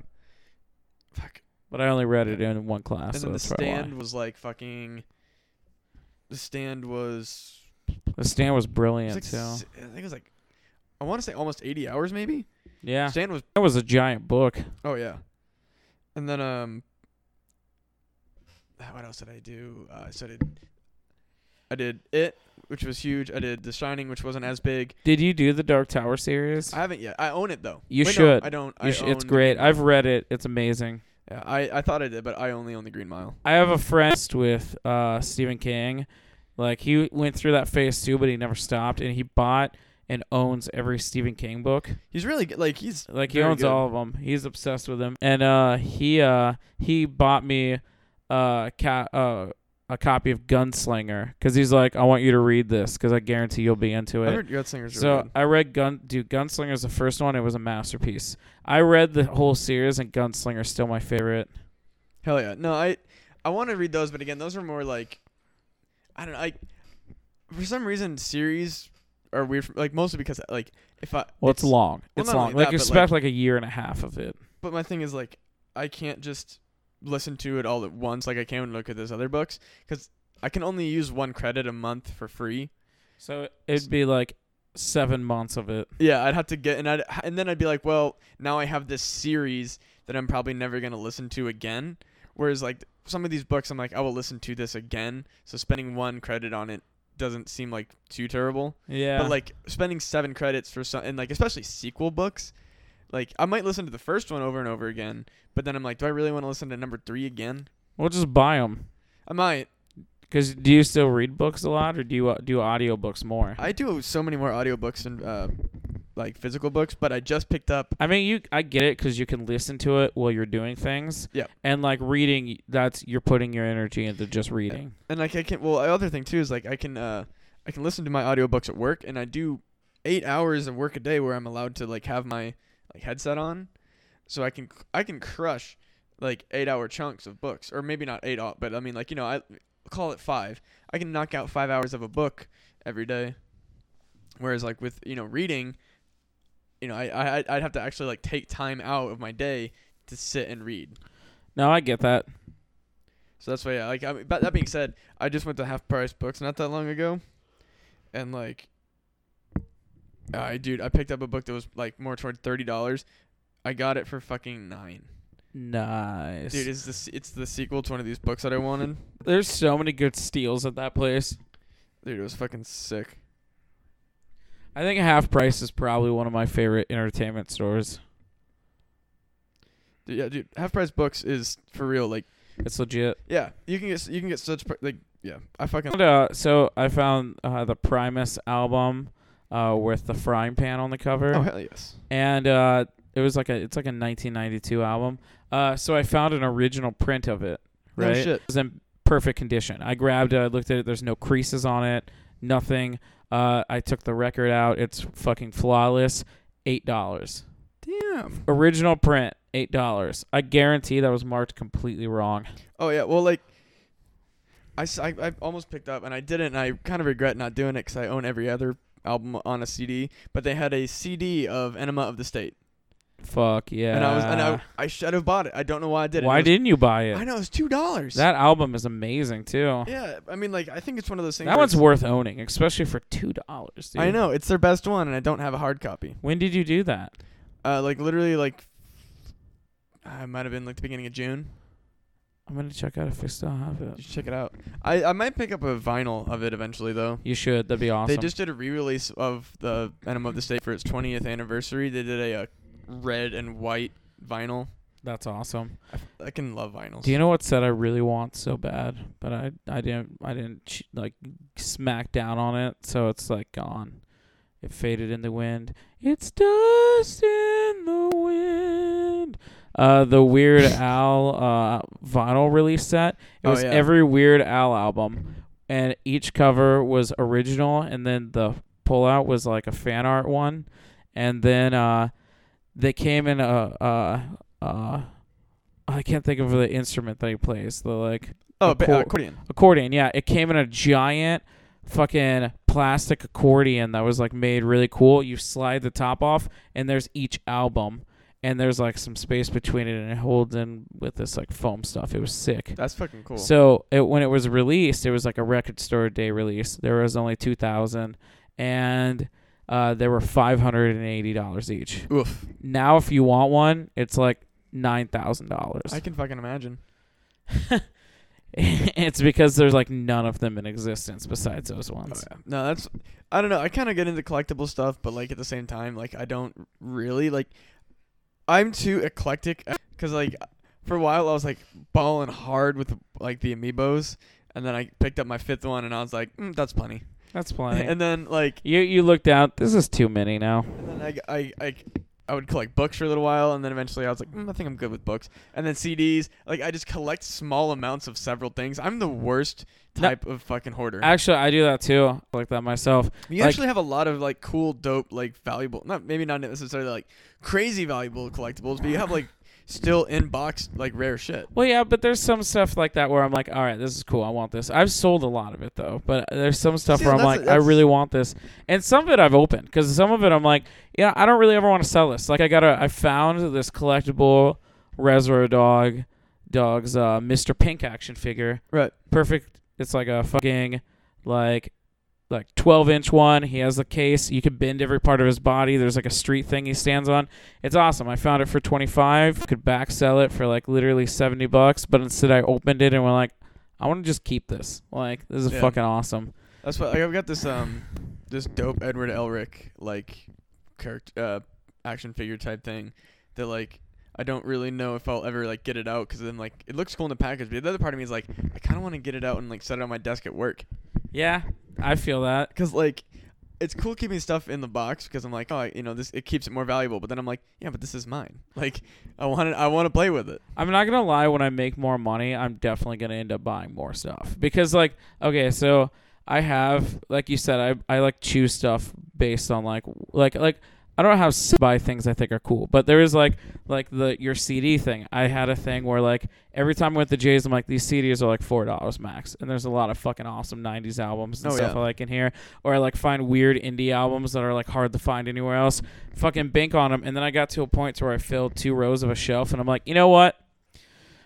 Speaker 1: fuck,
Speaker 2: But I only read it in one class.
Speaker 1: and
Speaker 2: so
Speaker 1: then the
Speaker 2: that's probably why.
Speaker 1: stand was like fucking. The stand was.
Speaker 2: The stand was
Speaker 1: it
Speaker 2: brilliant
Speaker 1: was like,
Speaker 2: too.
Speaker 1: s- I think it was like, I want to say almost eighty hours maybe.
Speaker 2: Yeah,
Speaker 1: Stand was.
Speaker 2: that was a giant book.
Speaker 1: Oh yeah. And then um. ah, What else did I do? Uh, so I did. I did it, which was huge. I did The Shining, which wasn't as big.
Speaker 2: Did you do the Dark Tower series?
Speaker 1: I haven't yet. I own it though.
Speaker 2: You
Speaker 1: Wait,
Speaker 2: should.
Speaker 1: No, I don't. I
Speaker 2: You sh- it's
Speaker 1: own-
Speaker 2: great. I've read it. It's amazing.
Speaker 1: Yeah, I I thought I did, but I only own the Green Mile.
Speaker 2: I have a friend with uh, Stephen King. Like he went through that phase too, but he never stopped, and he bought and owns every Stephen King book.
Speaker 1: He's really good. Like he's
Speaker 2: Like he
Speaker 1: Very
Speaker 2: owns
Speaker 1: good.
Speaker 2: all of them. He's obsessed with them. And uh, he uh, he bought me uh, ca- uh, a copy of Gunslinger because he's like, I want you to read this because I guarantee you'll be into
Speaker 1: I
Speaker 2: it.
Speaker 1: heard Gunslinger's really
Speaker 2: So
Speaker 1: good.
Speaker 2: I read Gun dude Gunslinger's the first one. It was a masterpiece. I read the whole series and Gunslinger's still my favorite.
Speaker 1: Hell yeah. No, I I want to read those, but again, those are more like I don't know. I for some reason series are weird. For, like mostly because like if I
Speaker 2: Well, it's, long.
Speaker 1: well,
Speaker 2: It's
Speaker 1: not
Speaker 2: long.
Speaker 1: only
Speaker 2: Like
Speaker 1: that,
Speaker 2: you
Speaker 1: but,
Speaker 2: expect like, a year and a half of it.
Speaker 1: But my thing is like I can't just listen to it all at once. Like I can when I look at those other books because I can only use one credit a month for free.
Speaker 2: So it'd be like seven months of it.
Speaker 1: Yeah, I'd have to get and I would and then I'd be like, well, now I have this series that I'm probably never gonna listen to again. Whereas like some of these books, I'm like, I will listen to this again. So spending one credit on it doesn't seem like too terrible.
Speaker 2: Yeah.
Speaker 1: But like spending seven credits for some, and like especially sequel books, Like I might listen to the first one over and over again, but then I'm like, do I really want to listen to number three again?
Speaker 2: We'll just buy them.
Speaker 1: I might.
Speaker 2: Cause do you still read books a lot, or do you uh, do audiobooks more?
Speaker 1: I do so many more audiobooks and uh, like physical books, but I just picked up.
Speaker 2: I mean, you I get it because you can listen to it while you're doing things.
Speaker 1: Yeah.
Speaker 2: And like reading, that's you're putting your energy into just reading.
Speaker 1: And like I can. Well, the other thing too is like I can. Uh, I can listen to my audiobooks at work, and I do eight hours of work a day where I'm allowed to like have my like headset on, so I can I can crush like eight hour chunks of books, or maybe not eight, but I mean like you know I call it five. I can knock out five hours of a book every day. Whereas like with you know reading, you know I I I'd have to actually like take time out of my day to sit and read.
Speaker 2: No, I get that.
Speaker 1: So that's why yeah, like I mean, but that being said, I just went to half price books not that long ago, and like I dude, I picked up a book that was like more toward thirty dollars. I got it for fucking nine.
Speaker 2: Nice.
Speaker 1: Dude, it's the s- it's the sequel to one of these books that I wanted.
Speaker 2: There's so many good steals at that place.
Speaker 1: Dude, it was fucking sick.
Speaker 2: I think Half Price is probably one of my favorite entertainment stores.
Speaker 1: Dude, yeah, dude, half price books is for real. Like,
Speaker 2: It's legit.
Speaker 1: yeah, you can get s- you can get such pr- like yeah. I fucking
Speaker 2: And, uh, so I found uh, the Primus album uh, with the frying pan on the cover,
Speaker 1: oh hell yes.
Speaker 2: and uh, it was like a it's like a 1992 album. Uh, so I found an original print of it.
Speaker 1: No
Speaker 2: Right,
Speaker 1: shit.
Speaker 2: it was in perfect condition. I grabbed it, I looked at it. There's no creases on it, nothing. Uh, I took the record out. It's fucking flawless. Eight dollars.
Speaker 1: Damn.
Speaker 2: Original print, eight dollars. I guarantee that was marked completely wrong.
Speaker 1: Oh yeah. Well, like, I, s- I, I almost picked up and I didn't. And I kind of regret not doing it because I own every other album on a CD. But they had a CD of Enema of the State,
Speaker 2: Fuck yeah.
Speaker 1: and I was and I I should have bought it. I don't know why I didn't. It
Speaker 2: Why
Speaker 1: was-
Speaker 2: didn't you buy it?
Speaker 1: I know it's two dollars.
Speaker 2: That album is amazing too.
Speaker 1: Yeah, I mean, like, I think it's one of those things.
Speaker 2: That
Speaker 1: where
Speaker 2: one's
Speaker 1: it's-
Speaker 2: worth owning, especially for two dollars.
Speaker 1: I know it's their best one, and I don't have a hard copy.
Speaker 2: When did you do that?
Speaker 1: Uh, like literally, like, I might have been like the beginning of June.
Speaker 2: I'm gonna check out if we still have
Speaker 1: You
Speaker 2: it.
Speaker 1: should check it out. I I might pick up a vinyl of it eventually, though.
Speaker 2: You should. That'd be awesome.
Speaker 1: They just did a re-release of the Venom of the State for its 20th anniversary. They did a, uh red and white vinyl.
Speaker 2: That's awesome.
Speaker 1: I, f- I can love vinyls.
Speaker 2: Do you know what set I really want so bad, but I I didn't I didn't ch- like smack down on it, so it's like gone. It faded in the wind. It's dust in the wind. Uh, the Weird Al uh vinyl release set. It
Speaker 1: Oh,
Speaker 2: was
Speaker 1: yeah.
Speaker 2: every Weird Al album, and each cover was original, and then the pullout was like a fan art one, and then uh, they came in a uh uh. I can't think of the instrument that he plays. The like
Speaker 1: oh,
Speaker 2: a
Speaker 1: ba-
Speaker 2: cool-
Speaker 1: accordion.
Speaker 2: accordion. Yeah, it came in a giant fucking plastic accordion that was like made really cool. You slide the top off, and there's each album, and there's like some space between it, and it holds in with this like foam stuff. It was sick.
Speaker 1: That's fucking cool.
Speaker 2: So it, when it was released, it was like a record store day release. There was only two thousand, and uh, there were five hundred and eighty dollars each.
Speaker 1: Oof.
Speaker 2: Now, if you want one, it's like nine thousand dollars.
Speaker 1: I can fucking imagine.
Speaker 2: it's because there's like none of them in existence besides those
Speaker 1: Oh,
Speaker 2: ones.
Speaker 1: yeah. No, that's I don't know. I kind of get into collectible stuff, but like at the same time, like I don't really like. I'm too eclectic because like for a while I was like balling hard with like the amiibos, and then I picked up my fifth one and I was like, mm, that's plenty.
Speaker 2: That's plenty.
Speaker 1: and then like
Speaker 2: you you looked out. This is too many now.
Speaker 1: and then I, I I I would collect books for a little while, and then eventually I was like, mm, I think I'm good with books. And then CDs, like I just collect small amounts of several things. I'm the worst
Speaker 2: No.
Speaker 1: type of fucking hoarder.
Speaker 2: Actually, I do that too. I Like that myself.
Speaker 1: You
Speaker 2: Like-
Speaker 1: actually have a lot of like cool, dope, like valuable. Not maybe not necessarily like crazy valuable collectibles, but you have like still in box like rare shit.
Speaker 2: Well, yeah, but there's some stuff like that where I'm like, all right, this is cool. I want this. I've sold a lot of it though, but there's some stuff
Speaker 1: See,
Speaker 2: where I'm
Speaker 1: that's-
Speaker 2: like, I
Speaker 1: that's-
Speaker 2: really want this, and some of it I've opened because some of it I'm like, yeah, I don't really ever want to sell this. Like I got a, I found this collectible Reservoir Dog, dog's uh, Mr. Pink action figure.
Speaker 1: Right.
Speaker 2: perfect. It's like a fucking like like 12 inch one. He has the case. You can bend every part of his body. There's like a street thing he stands on. It's awesome. I found it for 25. Could back sell it for like literally 70 bucks, but instead I opened it and went like, I want to just keep this. Like this is
Speaker 1: Yeah.
Speaker 2: fucking awesome.
Speaker 1: That's why like, I've got this um this dope Edward Elric like character uh action figure type thing that like I don't really know if I'll ever like get it out because then like it looks cool in the package, but the other part of me is like I kind of want to get it out and like set it on my desk at work
Speaker 2: Yeah, I feel that.
Speaker 1: because like it's cool keeping stuff in the box because I'm like oh you know this it keeps it more valuable, but then I'm like yeah but this is mine like I want it I want to play with it.
Speaker 2: I'm not gonna lie. When I make more money, I'm definitely gonna end up buying more stuff because, like, okay, so I have, like you said, I I like choose stuff based on like like like I don't have s- buy things I think are cool, but there is like like the your CD thing. I had a thing where like every time I went to Jay's, I'm like these CDs are like four dollars max, and there's a lot of fucking awesome '90s albums and
Speaker 1: Oh,
Speaker 2: stuff
Speaker 1: yeah.
Speaker 2: I like in here, or I like find weird indie albums that are like hard to find anywhere else. Fucking bank on them, and then I got to a point to where I filled two rows of a shelf, and I'm like, you know what?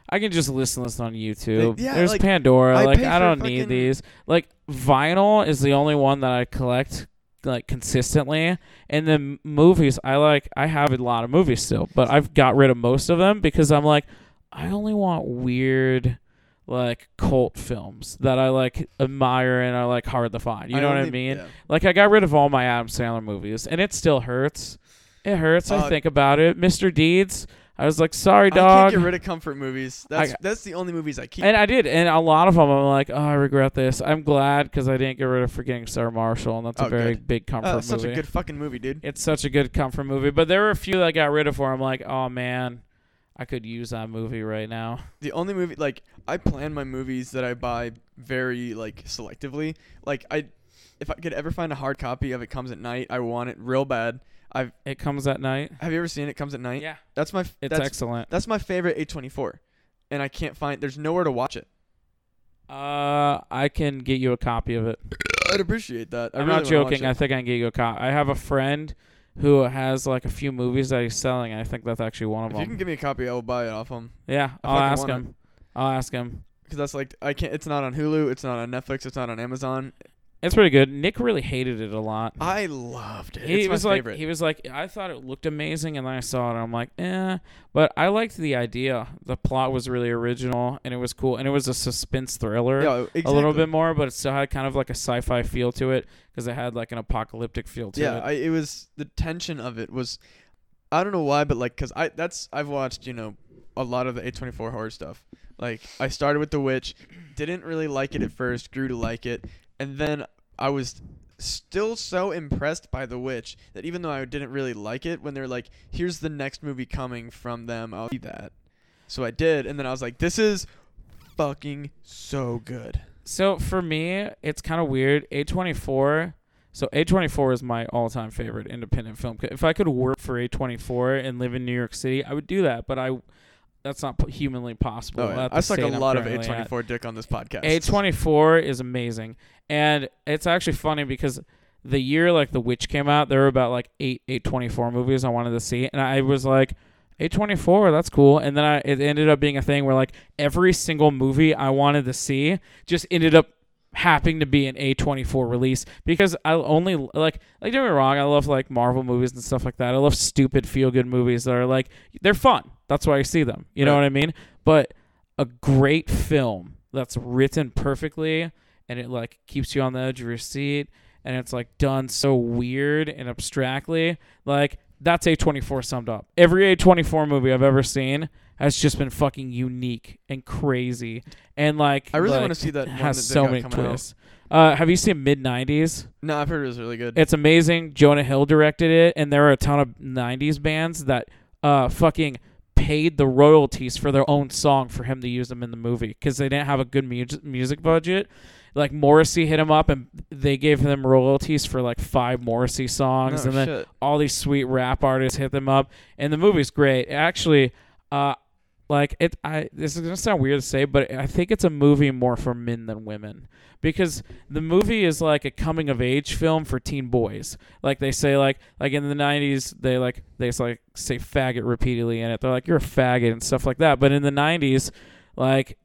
Speaker 2: I can just listen to this on YouTube.
Speaker 1: Yeah,
Speaker 2: There's
Speaker 1: like,
Speaker 2: Pandora.
Speaker 1: I
Speaker 2: like
Speaker 1: pay
Speaker 2: I
Speaker 1: for
Speaker 2: don't need
Speaker 1: fucking-
Speaker 2: these. Like vinyl is the only one that I collect like consistently. And then movies, I like I have a lot of movies still, but I've got rid of most of them because I'm like I only want weird like cult films that I like admire and are like hard to find. You know what I
Speaker 1: only-
Speaker 2: mean?
Speaker 1: yeah.
Speaker 2: Like I got rid of all my Adam Sandler movies, and it still hurts. It hurts. I
Speaker 1: Uh,
Speaker 2: think about it. Mr. Deeds. I was like, sorry,
Speaker 1: I
Speaker 2: dog.
Speaker 1: can't get rid of comfort movies. That's
Speaker 2: got-
Speaker 1: that's the only movies I keep. Uh,
Speaker 2: and I did, and a lot of them. I'm like, oh, I regret this. I'm glad because I didn't get rid of forgetting Sir Marshall, and that's a
Speaker 1: Oh,
Speaker 2: very
Speaker 1: good.
Speaker 2: big comfort
Speaker 1: Uh,
Speaker 2: movie.
Speaker 1: such a good fucking movie, dude.
Speaker 2: it's such a good comfort movie. But there were a few that I got rid of where I'm like, oh man, I could use that movie right now.
Speaker 1: The only movie like I plan my movies that I buy very like selectively. Like I, if I could ever find a hard copy of It Comes at Night, I want it real bad. I've
Speaker 2: It comes at night.
Speaker 1: have you ever seen It Comes at Night?
Speaker 2: Yeah,
Speaker 1: That's my f-
Speaker 2: it's
Speaker 1: that's
Speaker 2: excellent.
Speaker 1: that's my favorite A24, and I can't find. There's nowhere to watch it.
Speaker 2: Uh, I can get you a copy of it.
Speaker 1: I'd appreciate that. I
Speaker 2: I'm
Speaker 1: really
Speaker 2: not
Speaker 1: wanna watch
Speaker 2: joking.
Speaker 1: it.
Speaker 2: I think I can get you a copy. I have a friend who has like a few movies that he's selling, and I think that's actually one of
Speaker 1: if you
Speaker 2: them.
Speaker 1: can give me a copy, I will buy it off him.
Speaker 2: yeah,
Speaker 1: I
Speaker 2: I'll
Speaker 1: fucking
Speaker 2: ask
Speaker 1: want it.
Speaker 2: him. I'll ask him.
Speaker 1: Because that's like I can't. It's not on Hulu. It's not on Netflix. It's not on Amazon.
Speaker 2: It's pretty good. Nick really hated it a lot.
Speaker 1: I loved it.
Speaker 2: he
Speaker 1: it's
Speaker 2: was
Speaker 1: my
Speaker 2: like,
Speaker 1: favorite.
Speaker 2: he was like, I thought it looked amazing, and then I saw it, and I'm like, eh. But I liked the idea. The plot was really original, and it was cool, and it was a suspense thriller.
Speaker 1: yeah,
Speaker 2: A little
Speaker 1: exactly.
Speaker 2: bit more, but it still had kind of like a sci-fi feel to it because it had like an apocalyptic feel to
Speaker 1: yeah
Speaker 2: it.
Speaker 1: I, it was the tension of it was i don't know why but like because i that's i've watched you know a lot of the a24 horror stuff like i started with the witch didn't really like it at first grew to like it and then i was still so impressed by the witch that even though i didn't really like it when they're like here's the next movie coming from them i'll see that so i did and then i was like this is fucking so good
Speaker 2: So for me, it's kind of weird. A24. So A24 is my all-time favorite independent film. co- If I could work for A24 and live in New York City, I would do that. but I that's not po- humanly possible.
Speaker 1: oh, yeah.
Speaker 2: at the
Speaker 1: i suck a
Speaker 2: state I'm
Speaker 1: lot of
Speaker 2: currently at.
Speaker 1: a24 dick on this podcast
Speaker 2: A24 is amazing. And it's actually funny because the year like The Witch came out, there were about like 8 824 movies I wanted to see and I was like A24, that's cool. And then I it ended up being a thing where like every single movie I wanted to see just ended up happening to be an A24 release because I only like like don't get me wrong, I love like Marvel movies and stuff like that. I love stupid feel good movies that are like they're fun. That's why I see them. You know
Speaker 1: Right.
Speaker 2: what I mean? But a great film that's written perfectly and it like keeps you on the edge of your seat and it's like done so weird and abstractly like that's a24 summed up every a24 movie i've ever seen has just been fucking unique and crazy and like
Speaker 1: I really
Speaker 2: like,
Speaker 1: wanna see that one
Speaker 2: has
Speaker 1: that they
Speaker 2: so
Speaker 1: got
Speaker 2: many
Speaker 1: coming out.
Speaker 2: twists uh, have you seen mid 90s
Speaker 1: no i've heard it was really good
Speaker 2: it's amazing. Jonah Hill directed it, and there are a ton of '90s bands that uh, fucking paid the royalties for their own song for him to use them in the movie because they didn't have a good mu- music budget. Like Morrissey hit him up, and they gave him royalties for like five Morrissey songs,
Speaker 1: No
Speaker 2: and then
Speaker 1: shit.
Speaker 2: all these sweet rap artists hit them up, and the movie's great. Actually, uh, like it, I this is gonna sound weird to say, but I think it's a movie more for men than women because the movie is like a coming of age film for teen boys. Like they say, like like in the '90s, they like they like say faggot repeatedly in it. They're like you're a faggot and stuff like that. But in the '90s, like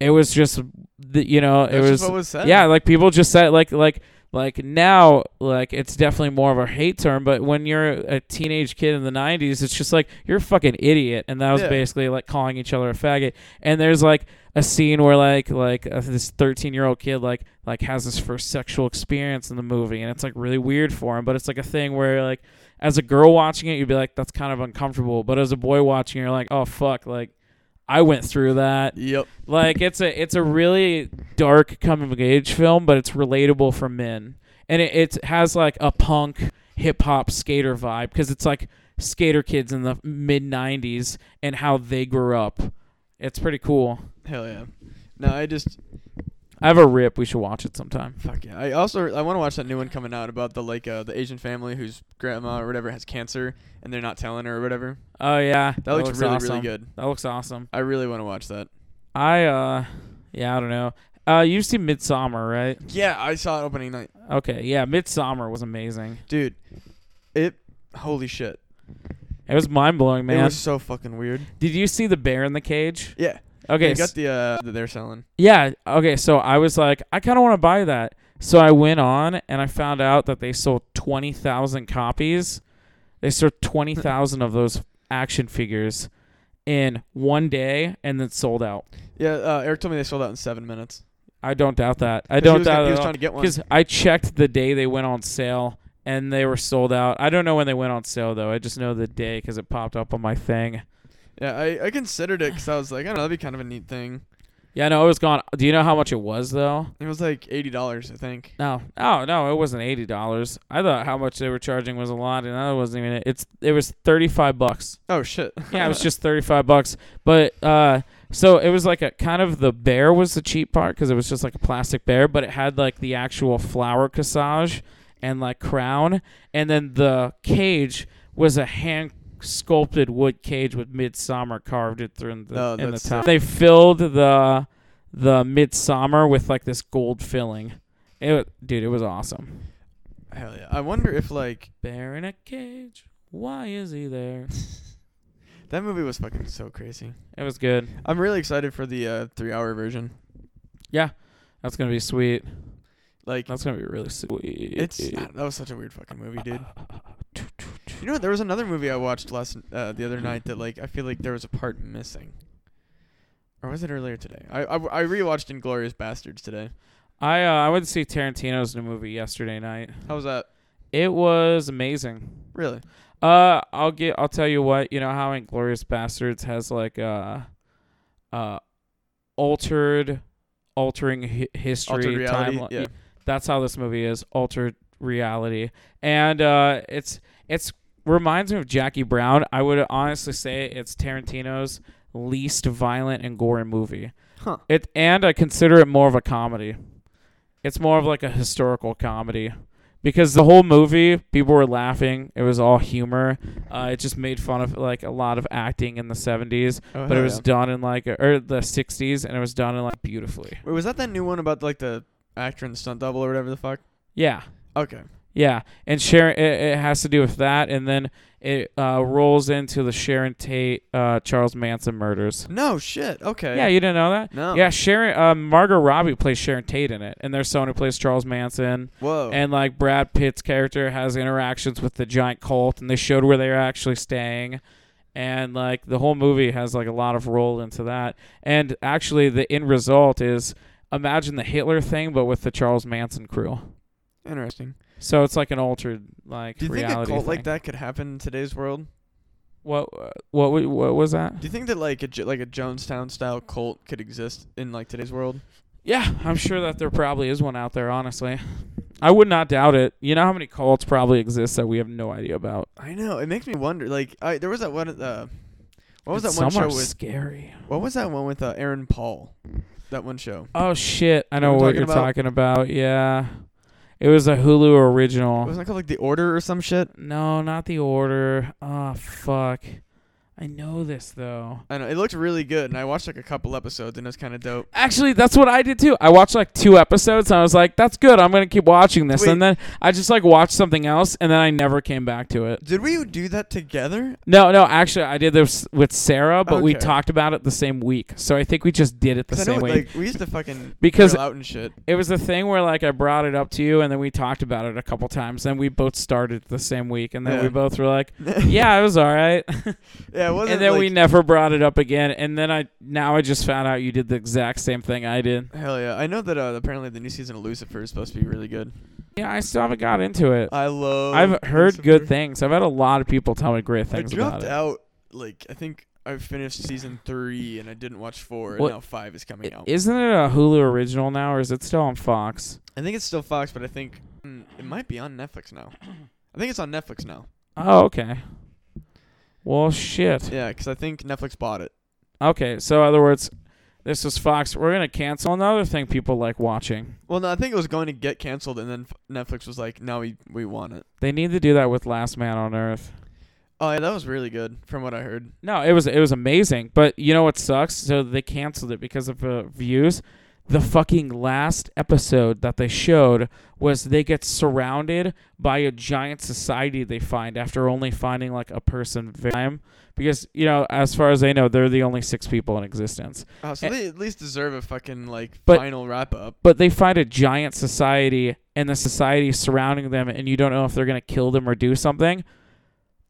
Speaker 2: it was just the, you know it
Speaker 1: That's just
Speaker 2: was,
Speaker 1: what was said.
Speaker 2: yeah like people just said like like like now like it's definitely more of a hate term but when you're a teenage kid in the 90s it's just like you're a fucking idiot and that was
Speaker 1: Yeah.
Speaker 2: basically like calling each other a faggot and there's like a scene where like like uh, this 13 year old kid like like has his first sexual experience in the movie and it's like really weird for him but it's like a thing where like as a girl watching it you'd be like that's kind of uncomfortable but as a boy watching it, you're like oh fuck like I went through that
Speaker 1: Yep.
Speaker 2: like it's a it's a really dark coming of age film, but it's relatable for men, and it, it has like a punk hip hop skater vibe because it's like skater kids in the mid '90s and how they grew up. It's pretty cool.
Speaker 1: Hell yeah. No, I just
Speaker 2: I have a rip. We should watch it sometime.
Speaker 1: fuck yeah. I also I want to watch that new one coming out about the like uh, the Asian family whose grandma or whatever has cancer and they're not telling her or whatever.
Speaker 2: Oh yeah,
Speaker 1: That, looks, really
Speaker 2: awesome.
Speaker 1: really good.
Speaker 2: That looks awesome.
Speaker 1: I really want to watch that.
Speaker 2: I uh, yeah, I don't know. Uh, you've seen Midsummer, right?
Speaker 1: Yeah, I saw it opening night,
Speaker 2: Okay, yeah, Midsummer was amazing.
Speaker 1: dude. It holy shit.
Speaker 2: It was mind blowing, man.
Speaker 1: It was so fucking weird.
Speaker 2: Did you see the bear in the cage?
Speaker 1: Yeah.
Speaker 2: Okay,
Speaker 1: They got the uh that they're selling.
Speaker 2: Yeah. Okay. So I was like, I kind of want to buy that. So I went on and I found out that they sold 20,000 copies. They sold
Speaker 1: Hmm.
Speaker 2: 20,000 of those action figures in one day and then sold out.
Speaker 1: Yeah, uh, Eric told me they sold out in seven minutes.
Speaker 2: I don't doubt that. I
Speaker 1: 'Cause he
Speaker 2: don't
Speaker 1: was,
Speaker 2: doubt
Speaker 1: He
Speaker 2: that.
Speaker 1: was
Speaker 2: at all.
Speaker 1: trying to get one.
Speaker 2: Because I checked the day they went on sale and they were sold out. I don't know when they went on sale though. I just know the day because it popped up on my thing.
Speaker 1: Yeah, I, I considered it because I was like, I don't know, that'd be kind of a neat thing.
Speaker 2: Yeah, no, it was gone. Do you know how much it was though?
Speaker 1: It was like eighty dollars, I think.
Speaker 2: No, no, no. It wasn't eighty dollars. I thought how much they were charging was a lot, and that wasn't even it. It's it was thirty five bucks.
Speaker 1: Oh shit.
Speaker 2: Yeah, it was just thirty five bucks. But uh, so it was like a kind of the bear was the cheap part because it was just like a plastic bear, but it had like the actual flower cassage and like crown, and then the cage was a hand sculpted wood cage with midsummer carved it through in the,
Speaker 1: Oh,
Speaker 2: in the
Speaker 1: that's
Speaker 2: top.
Speaker 1: sick.
Speaker 2: They filled the the midsummer with like this gold filling. It, wa- dude, it was awesome.
Speaker 1: Hell yeah. I wonder if like
Speaker 2: Bear in a cage. Why is he there?
Speaker 1: that movie was fucking so crazy.
Speaker 2: It was good.
Speaker 1: I'm really excited for the uh, three hour version.
Speaker 2: That's gonna be sweet.
Speaker 1: Like
Speaker 2: That's gonna be really sweet.
Speaker 1: it's uh ah, that was such a weird fucking movie, dude. You know what? There was another movie I watched last uh, the other night that like I feel like there was a part missing. Or was it earlier today? I I, I rewatched Inglorious Bastards today.
Speaker 2: I uh, I went to see Tarantino's new movie yesterday night.
Speaker 1: How was that?
Speaker 2: It was amazing.
Speaker 1: Really?
Speaker 2: Uh, I'll get. I'll tell you what. You know how Inglorious Bastards has like uh, uh, altered, altering hi- history,
Speaker 1: Altered reality.
Speaker 2: timeline.
Speaker 1: Yeah.
Speaker 2: that's how this movie is altered reality and uh it's it's reminds me of jackie brown i would honestly say it's tarantino's least violent and gory movie
Speaker 1: Huh.
Speaker 2: it and i consider it more of a comedy it's more of like a historical comedy because the whole movie people were laughing it was all humor uh, it just made fun of like a lot of acting in the 70s
Speaker 1: Oh,
Speaker 2: but it
Speaker 1: hell
Speaker 2: was
Speaker 1: yeah.
Speaker 2: done in like or the 60s and it was done in like beautifully
Speaker 1: Wait, was that that new one about like the actor and the stunt double or whatever the fuck?
Speaker 2: yeah
Speaker 1: Okay.
Speaker 2: Yeah, and Sharon. It, it has to do with that, and then it uh, rolls into the Sharon Tate, uh, Charles Manson murders.
Speaker 1: No shit. Okay. Oh.
Speaker 2: Yeah, you didn't know that.
Speaker 1: No.
Speaker 2: Yeah, Sharon. Uh, Margot Robbie plays Sharon Tate in it, and there's someone who plays Charles Manson,
Speaker 1: Whoa.
Speaker 2: and like Brad Pitt's character has interactions with the giant cult, and they showed where they were actually staying. And like the whole movie has like a lot of roll into that, and actually the end result is imagine the Hitler thing, but with the Charles Manson crew.
Speaker 1: Interesting.
Speaker 2: So it's like an altered like
Speaker 1: Do you think
Speaker 2: reality
Speaker 1: a cult
Speaker 2: thing.
Speaker 1: like that could happen in today's world?
Speaker 2: What what wa- what was that?
Speaker 1: Do you think that like a J- like a Jonestown style cult could exist in like today's world?
Speaker 2: Yeah, I'm sure that there probably is one out there. Honestly, I would not doubt it. You know how many cults probably exist that we have no idea about.
Speaker 1: I know. It makes me wonder. Like, I there was that one. Uh, what was
Speaker 2: And
Speaker 1: that one
Speaker 2: some
Speaker 1: show
Speaker 2: are
Speaker 1: with?
Speaker 2: scary.
Speaker 1: What was that one with uh, Aaron Paul? That one show.
Speaker 2: Oh shit! I
Speaker 1: You know
Speaker 2: know
Speaker 1: what
Speaker 2: what
Speaker 1: I'm talking
Speaker 2: you're
Speaker 1: about?
Speaker 2: talking about. Yeah, it was a Hulu
Speaker 1: Oh.
Speaker 2: original.
Speaker 1: Wasn't it called like The Order or some shit?
Speaker 2: no, not the order. Oh Ah, fuck! I I know this though.
Speaker 1: I know it looked really good, and I watched like a couple episodes, and it was kind of dope.
Speaker 2: Actually, that's what I did too. I watched like two episodes, and I was like, "That's good. I'm gonna keep watching this."
Speaker 1: Wait.
Speaker 2: And then I just like watched something else, and then I never came back to it.
Speaker 1: Did we do that together?
Speaker 2: No, no, actually, I did this with Sarah, but we
Speaker 1: Okay.
Speaker 2: talked about it the same week, so I think we just did it the
Speaker 1: 'Cause I
Speaker 2: same
Speaker 1: know,
Speaker 2: week.
Speaker 1: like we used to fucking
Speaker 2: Because-
Speaker 1: grill out and shit.
Speaker 2: it was the thing where like I brought it up to you, and then we talked about it a couple times, and we both started the same week, and then
Speaker 1: Yeah.
Speaker 2: we both were like, "Yeah, it was all right."
Speaker 1: Yeah, it wasn't.
Speaker 2: and then
Speaker 1: like,
Speaker 2: we never brought it up again. And then I now I just found out you did the exact same thing I did.
Speaker 1: Hell yeah! I know that uh, apparently the new season of Lucifer is supposed to be really good.
Speaker 2: Yeah, I still haven't got into it.
Speaker 1: I love.
Speaker 2: I've heard
Speaker 1: Lucifer.
Speaker 2: good things. I've had a lot of people tell me great
Speaker 1: I
Speaker 2: things about
Speaker 1: dropped
Speaker 2: it.
Speaker 1: out. Like I think I finished season three, and I didn't watch four,
Speaker 2: What-
Speaker 1: and now five is coming
Speaker 2: I-
Speaker 1: out.
Speaker 2: Isn't it a Hulu original now, or is it still on Fox?
Speaker 1: I think it's still Fox, but I think mm, it might be on Netflix now. I think it's on Netflix now.
Speaker 2: Oh, okay. Well, shit.
Speaker 1: Yeah, because I think Netflix bought it.
Speaker 2: Okay, so in other words, this is Fox. We're gonna cancel another thing people like watching.
Speaker 1: Well, no, I think it was going to get canceled, and then F- Netflix was like, "No, we we want it."
Speaker 2: They need to do that with Last Man on Earth.
Speaker 1: Oh, yeah, that was really good, from what I heard.
Speaker 2: No, it was it was amazing. But you know what sucks? So they canceled it because of uh, views. The fucking last episode that they showed was they get surrounded by a giant society they find after only finding like a person very time because you know as far as they know they're the only six people in existence.
Speaker 1: Oh, so
Speaker 2: Eh.
Speaker 1: they at least deserve a fucking like
Speaker 2: But-
Speaker 1: final wrap up.
Speaker 2: But they find a giant society and the society is surrounding them and you don't know if they're going to kill them or do something.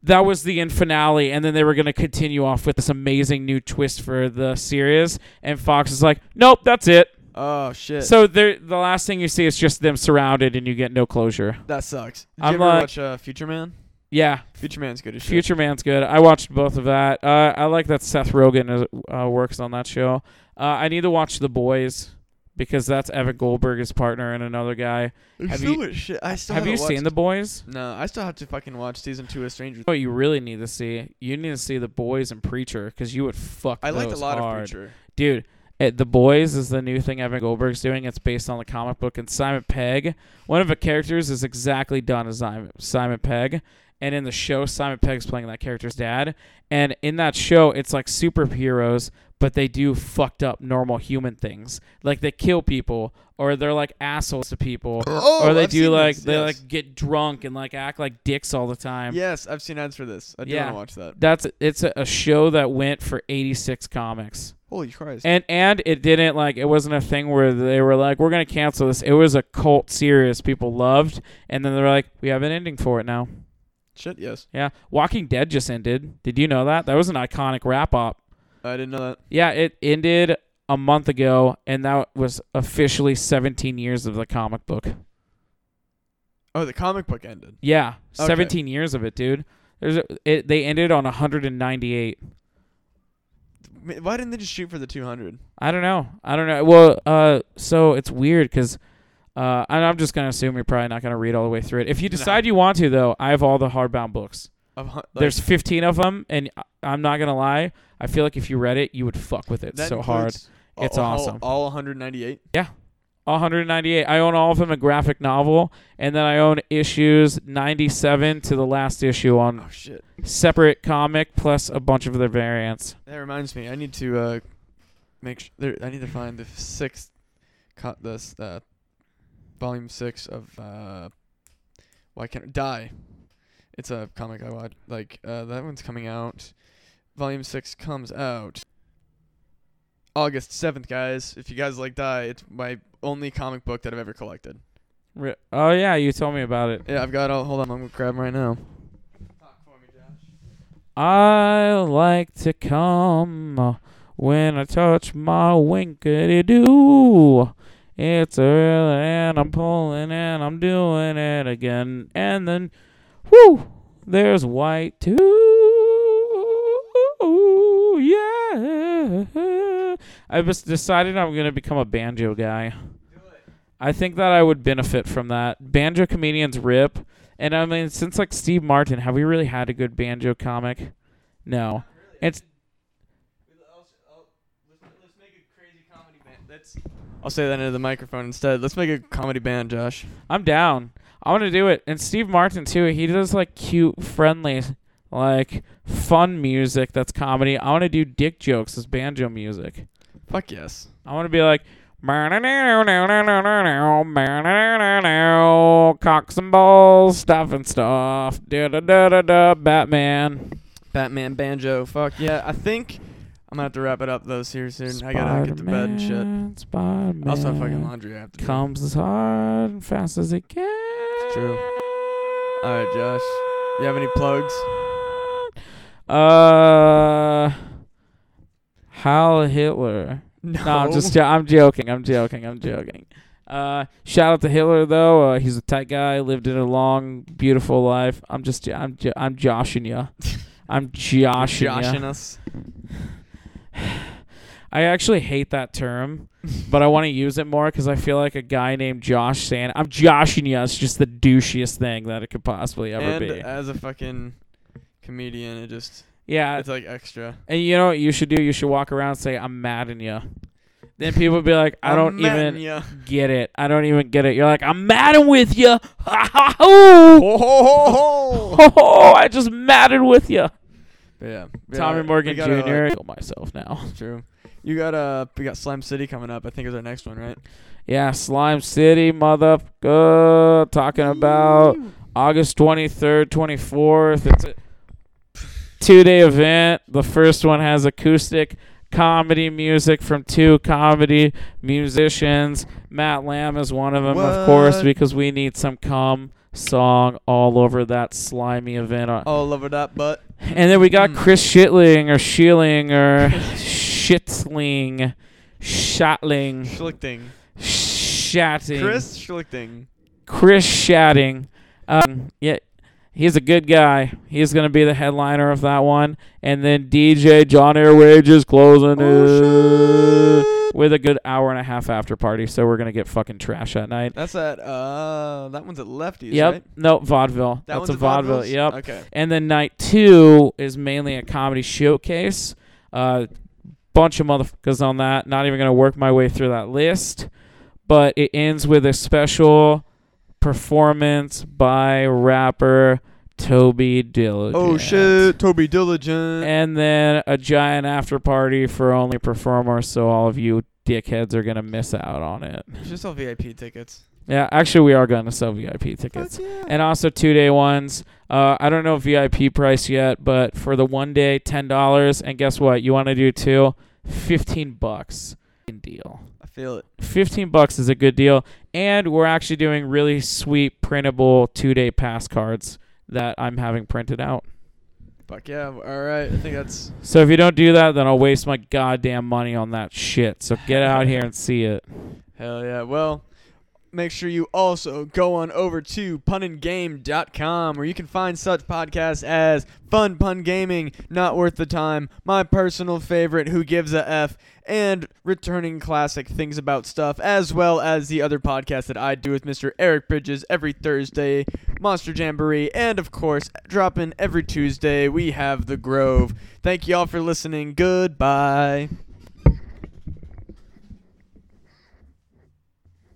Speaker 2: That was the end finale and then they were going to continue off with this amazing new twist for the series and Fox is like, "Nope, that's it."
Speaker 1: Oh shit,
Speaker 2: So they the last thing you see is just them surrounded and you get no closure.
Speaker 1: that sucks. Did
Speaker 2: I'm
Speaker 1: you ever
Speaker 2: like-
Speaker 1: watch uh, Future Man?
Speaker 2: Yeah,
Speaker 1: Future Man's good as shit.
Speaker 2: Future Man's good. I watched both of that. Uh, I like that Seth Rogen is, uh, works on that show. Uh, I need to watch The Boys because that's Evan Goldberg, his partner, and another guy.
Speaker 1: It's
Speaker 2: Have
Speaker 1: so
Speaker 2: you-
Speaker 1: much shit. I still
Speaker 2: Have you
Speaker 1: haven't
Speaker 2: seen The
Speaker 1: watched-
Speaker 2: Boys?
Speaker 1: No, I still have to fucking watch season two of Stranger.
Speaker 2: What you really need to see, you need to see the boys and preacher because you would fuck.
Speaker 1: I liked a
Speaker 2: those
Speaker 1: lot
Speaker 2: hard.
Speaker 1: of Preacher.
Speaker 2: dude. eh, the boys is the new thing Evan Goldberg's doing. It's based on the comic book, and Simon Pegg, one of the characters, is exactly done as Simon, Simon Pegg. And in the show, Simon Pegg's playing that character's dad. And in that show, it's like superheroes, but they do fucked up normal human things. Like they kill people, or they're like assholes to people,
Speaker 1: Oh,
Speaker 2: or they
Speaker 1: I've
Speaker 2: do
Speaker 1: seen
Speaker 2: like
Speaker 1: this,
Speaker 2: they
Speaker 1: yes.
Speaker 2: like get drunk and like act like dicks all the time.
Speaker 1: Yes, I've seen ads for this. I do
Speaker 2: Yeah.
Speaker 1: want to watch that.
Speaker 2: That's it's a, a show that went for 86 comics.
Speaker 1: Holy Christ!
Speaker 2: And and it didn't like it wasn't a thing where they were like we're going to cancel this. It was a cult series people loved and then they're like we have an ending for it now.
Speaker 1: shit, yes,
Speaker 2: Yeah. Walking Dead just ended. Did you know that? That was an iconic wrap up.
Speaker 1: I didn't know that.
Speaker 2: Yeah, it ended a month ago and that was officially 17 years of the comic book.
Speaker 1: Oh, the comic book ended.
Speaker 2: Yeah,
Speaker 1: Okay.
Speaker 2: 17 years of it, dude. There's a, it, they ended on 198
Speaker 1: Ma- Why didn't they just shoot for the 200?
Speaker 2: I don't know. I don't know. Well, uh, so it's weird because, uh, and I'm just gonna assume you're probably not gonna read all the way through it. If you
Speaker 1: No.
Speaker 2: decide you want to, though, I have all the hardbound books.
Speaker 1: Of hun- like,
Speaker 2: There's 15 of them, and I- I'm not gonna lie. I feel like if you read it, you would fuck with it
Speaker 1: that
Speaker 2: so hard.
Speaker 1: includes all-
Speaker 2: It's
Speaker 1: all,
Speaker 2: awesome.
Speaker 1: All 198.
Speaker 2: 198. I own all of them a graphic novel, and then I own issues 97 to the last issue on
Speaker 1: Oh shit!
Speaker 2: separate comic plus a bunch of their variants.
Speaker 1: That reminds me. I need to uh, make sure. there I need to find the sixth, co- this uh, volume six of uh, why can't die? It's a comic I watch. Like uh, that one's coming out. Volume six comes out August seventh, guys. If you guys like die, it's my only comic book that I've ever collected.
Speaker 2: Re- oh yeah, you told me about it.
Speaker 1: Yeah, I've got all. Hold on, I'm gonna grab 'em right now. Talk for me, Josh.
Speaker 2: I like to come uh, when I touch my winkety doo. It's early and I'm pulling and I'm doing it again. And then, whoo, there's white too. Yeah. I just decided I'm going to become a banjo guy. I think that I would benefit from that. Banjo comedians rip. And I mean, since like Steve Martin, have we really had a good banjo comic? No. It's
Speaker 1: I'll say that into the microphone instead. Let's make a comedy band, Josh.
Speaker 2: I'm down. I want to do it. And Steve Martin too. He does like cute, friendly, like fun music that's comedy. I want to do dick jokes as banjo music.
Speaker 1: Fuck yes.
Speaker 2: I want to be like cocks and balls, stuff and stuff, da da da da da, Batman.
Speaker 1: Batman banjo. Fuck yeah. I think I'm gonna have to wrap it up though here soon. I gotta get to bed and shit.
Speaker 2: Spider-Man, Spider-Man
Speaker 1: Also, fucking laundry I have to do.
Speaker 2: comes as hard and fast as it can.
Speaker 1: true. All right, Josh. You have any plugs?
Speaker 2: Uh, Hal Hitler. No, I'm just jo- I'm joking. I'm joking. I'm joking. Uh, shout out to Hitler though. Uh, he's a tight guy. Lived in a long, beautiful life. I'm just I'm jo- I'm joshing ya. I'm joshing, ya.
Speaker 1: joshing us.
Speaker 2: I actually hate that term, but I want to use it more because I feel like a guy named Josh saying I'm joshing ya is just the douchiest thing that it could possibly ever
Speaker 1: and uh,
Speaker 2: be.
Speaker 1: as a fucking comedian, it just
Speaker 2: yeah,
Speaker 1: it's like extra.
Speaker 2: and you know what you should do? You should walk around and say I'm mad at ya. Then people would be like, I don't even.
Speaker 1: Yeah.
Speaker 2: get it. I don't even get it. You're like, I'm madding with you.
Speaker 1: Ho, ho, ho, ho.
Speaker 2: Oh, I just madded with you.
Speaker 1: But yeah. we
Speaker 2: Tommy
Speaker 1: gotta-
Speaker 2: Morgan
Speaker 1: we gotta,
Speaker 2: Jr.
Speaker 1: uh,
Speaker 2: kill myself now.
Speaker 1: True. You got uh, we got Slime City coming up. I think is our next one, right?
Speaker 2: Yeah, Slime City, mother. Uh, talking about August 23rd, 24th. It's a two day event. The first one has acoustic comedy music from two comedy musicians. Matt Lamb is one of them, of course,
Speaker 1: What?
Speaker 2: because we need some cum song all over that slimy event on
Speaker 1: All over that butt.
Speaker 2: And then we got
Speaker 1: Mm.
Speaker 2: Chris Shitling or Schilling or Shitling, Shatling,
Speaker 1: Schlichting.
Speaker 2: Shatting.
Speaker 1: Chris Schlichting.
Speaker 2: Chris Shatting. Um, yeah, he's a good guy. He's gonna be the headliner of that one. And then DJ John Airwage is closing
Speaker 1: Oh,
Speaker 2: it with a good hour and a half after party. So we're gonna get fucking trash that night.
Speaker 1: That's at uh, that one's at Lefty's,
Speaker 2: yep.
Speaker 1: right?
Speaker 2: No vaudeville.
Speaker 1: That
Speaker 2: That's
Speaker 1: one's
Speaker 2: a
Speaker 1: at
Speaker 2: vaudeville.
Speaker 1: Vaudeville's?
Speaker 2: Yep.
Speaker 1: Okay.
Speaker 2: And then night two is mainly a comedy showcase. uh, bunch of motherfuckers on that. Not even going to work my way through that list. But it ends with a special performance by rapper Toby Diligent.
Speaker 1: Oh shit, Toby Diligent.
Speaker 2: And then a giant after party for only performers, so all of you dickheads are going to miss out on it.
Speaker 1: We should sell VIP tickets.
Speaker 2: Yeah, actually, we are going to sell VIP tickets
Speaker 1: Fuck yeah.
Speaker 2: and also two day ones. Uh, I don't know VIP price yet, but for the one day, ten dollars. And guess what? You want to do two? Fifteen bucks. Good Deal.
Speaker 1: I feel it.
Speaker 2: Fifteen bucks is a good deal, and we're actually doing really sweet printable two day pass cards that I'm having printed out.
Speaker 1: Fuck yeah. All right. I think that's
Speaker 2: So if you don't do that, then I'll waste my goddamn money on that shit. So get out here and see it.
Speaker 1: hell yeah. Well, make sure you also go on over to punandgame.com where you can find such podcasts as Fun Pun Gaming, Not Worth the Time, my personal favorite, Who Gives a F, and returning classic Things About Stuff, as well as the other podcast that I do with Mr. Eric Bridges every Thursday, Monster Jamboree, and of course, dropping every Tuesday, we have The Grove. Thank you all for listening. Goodbye.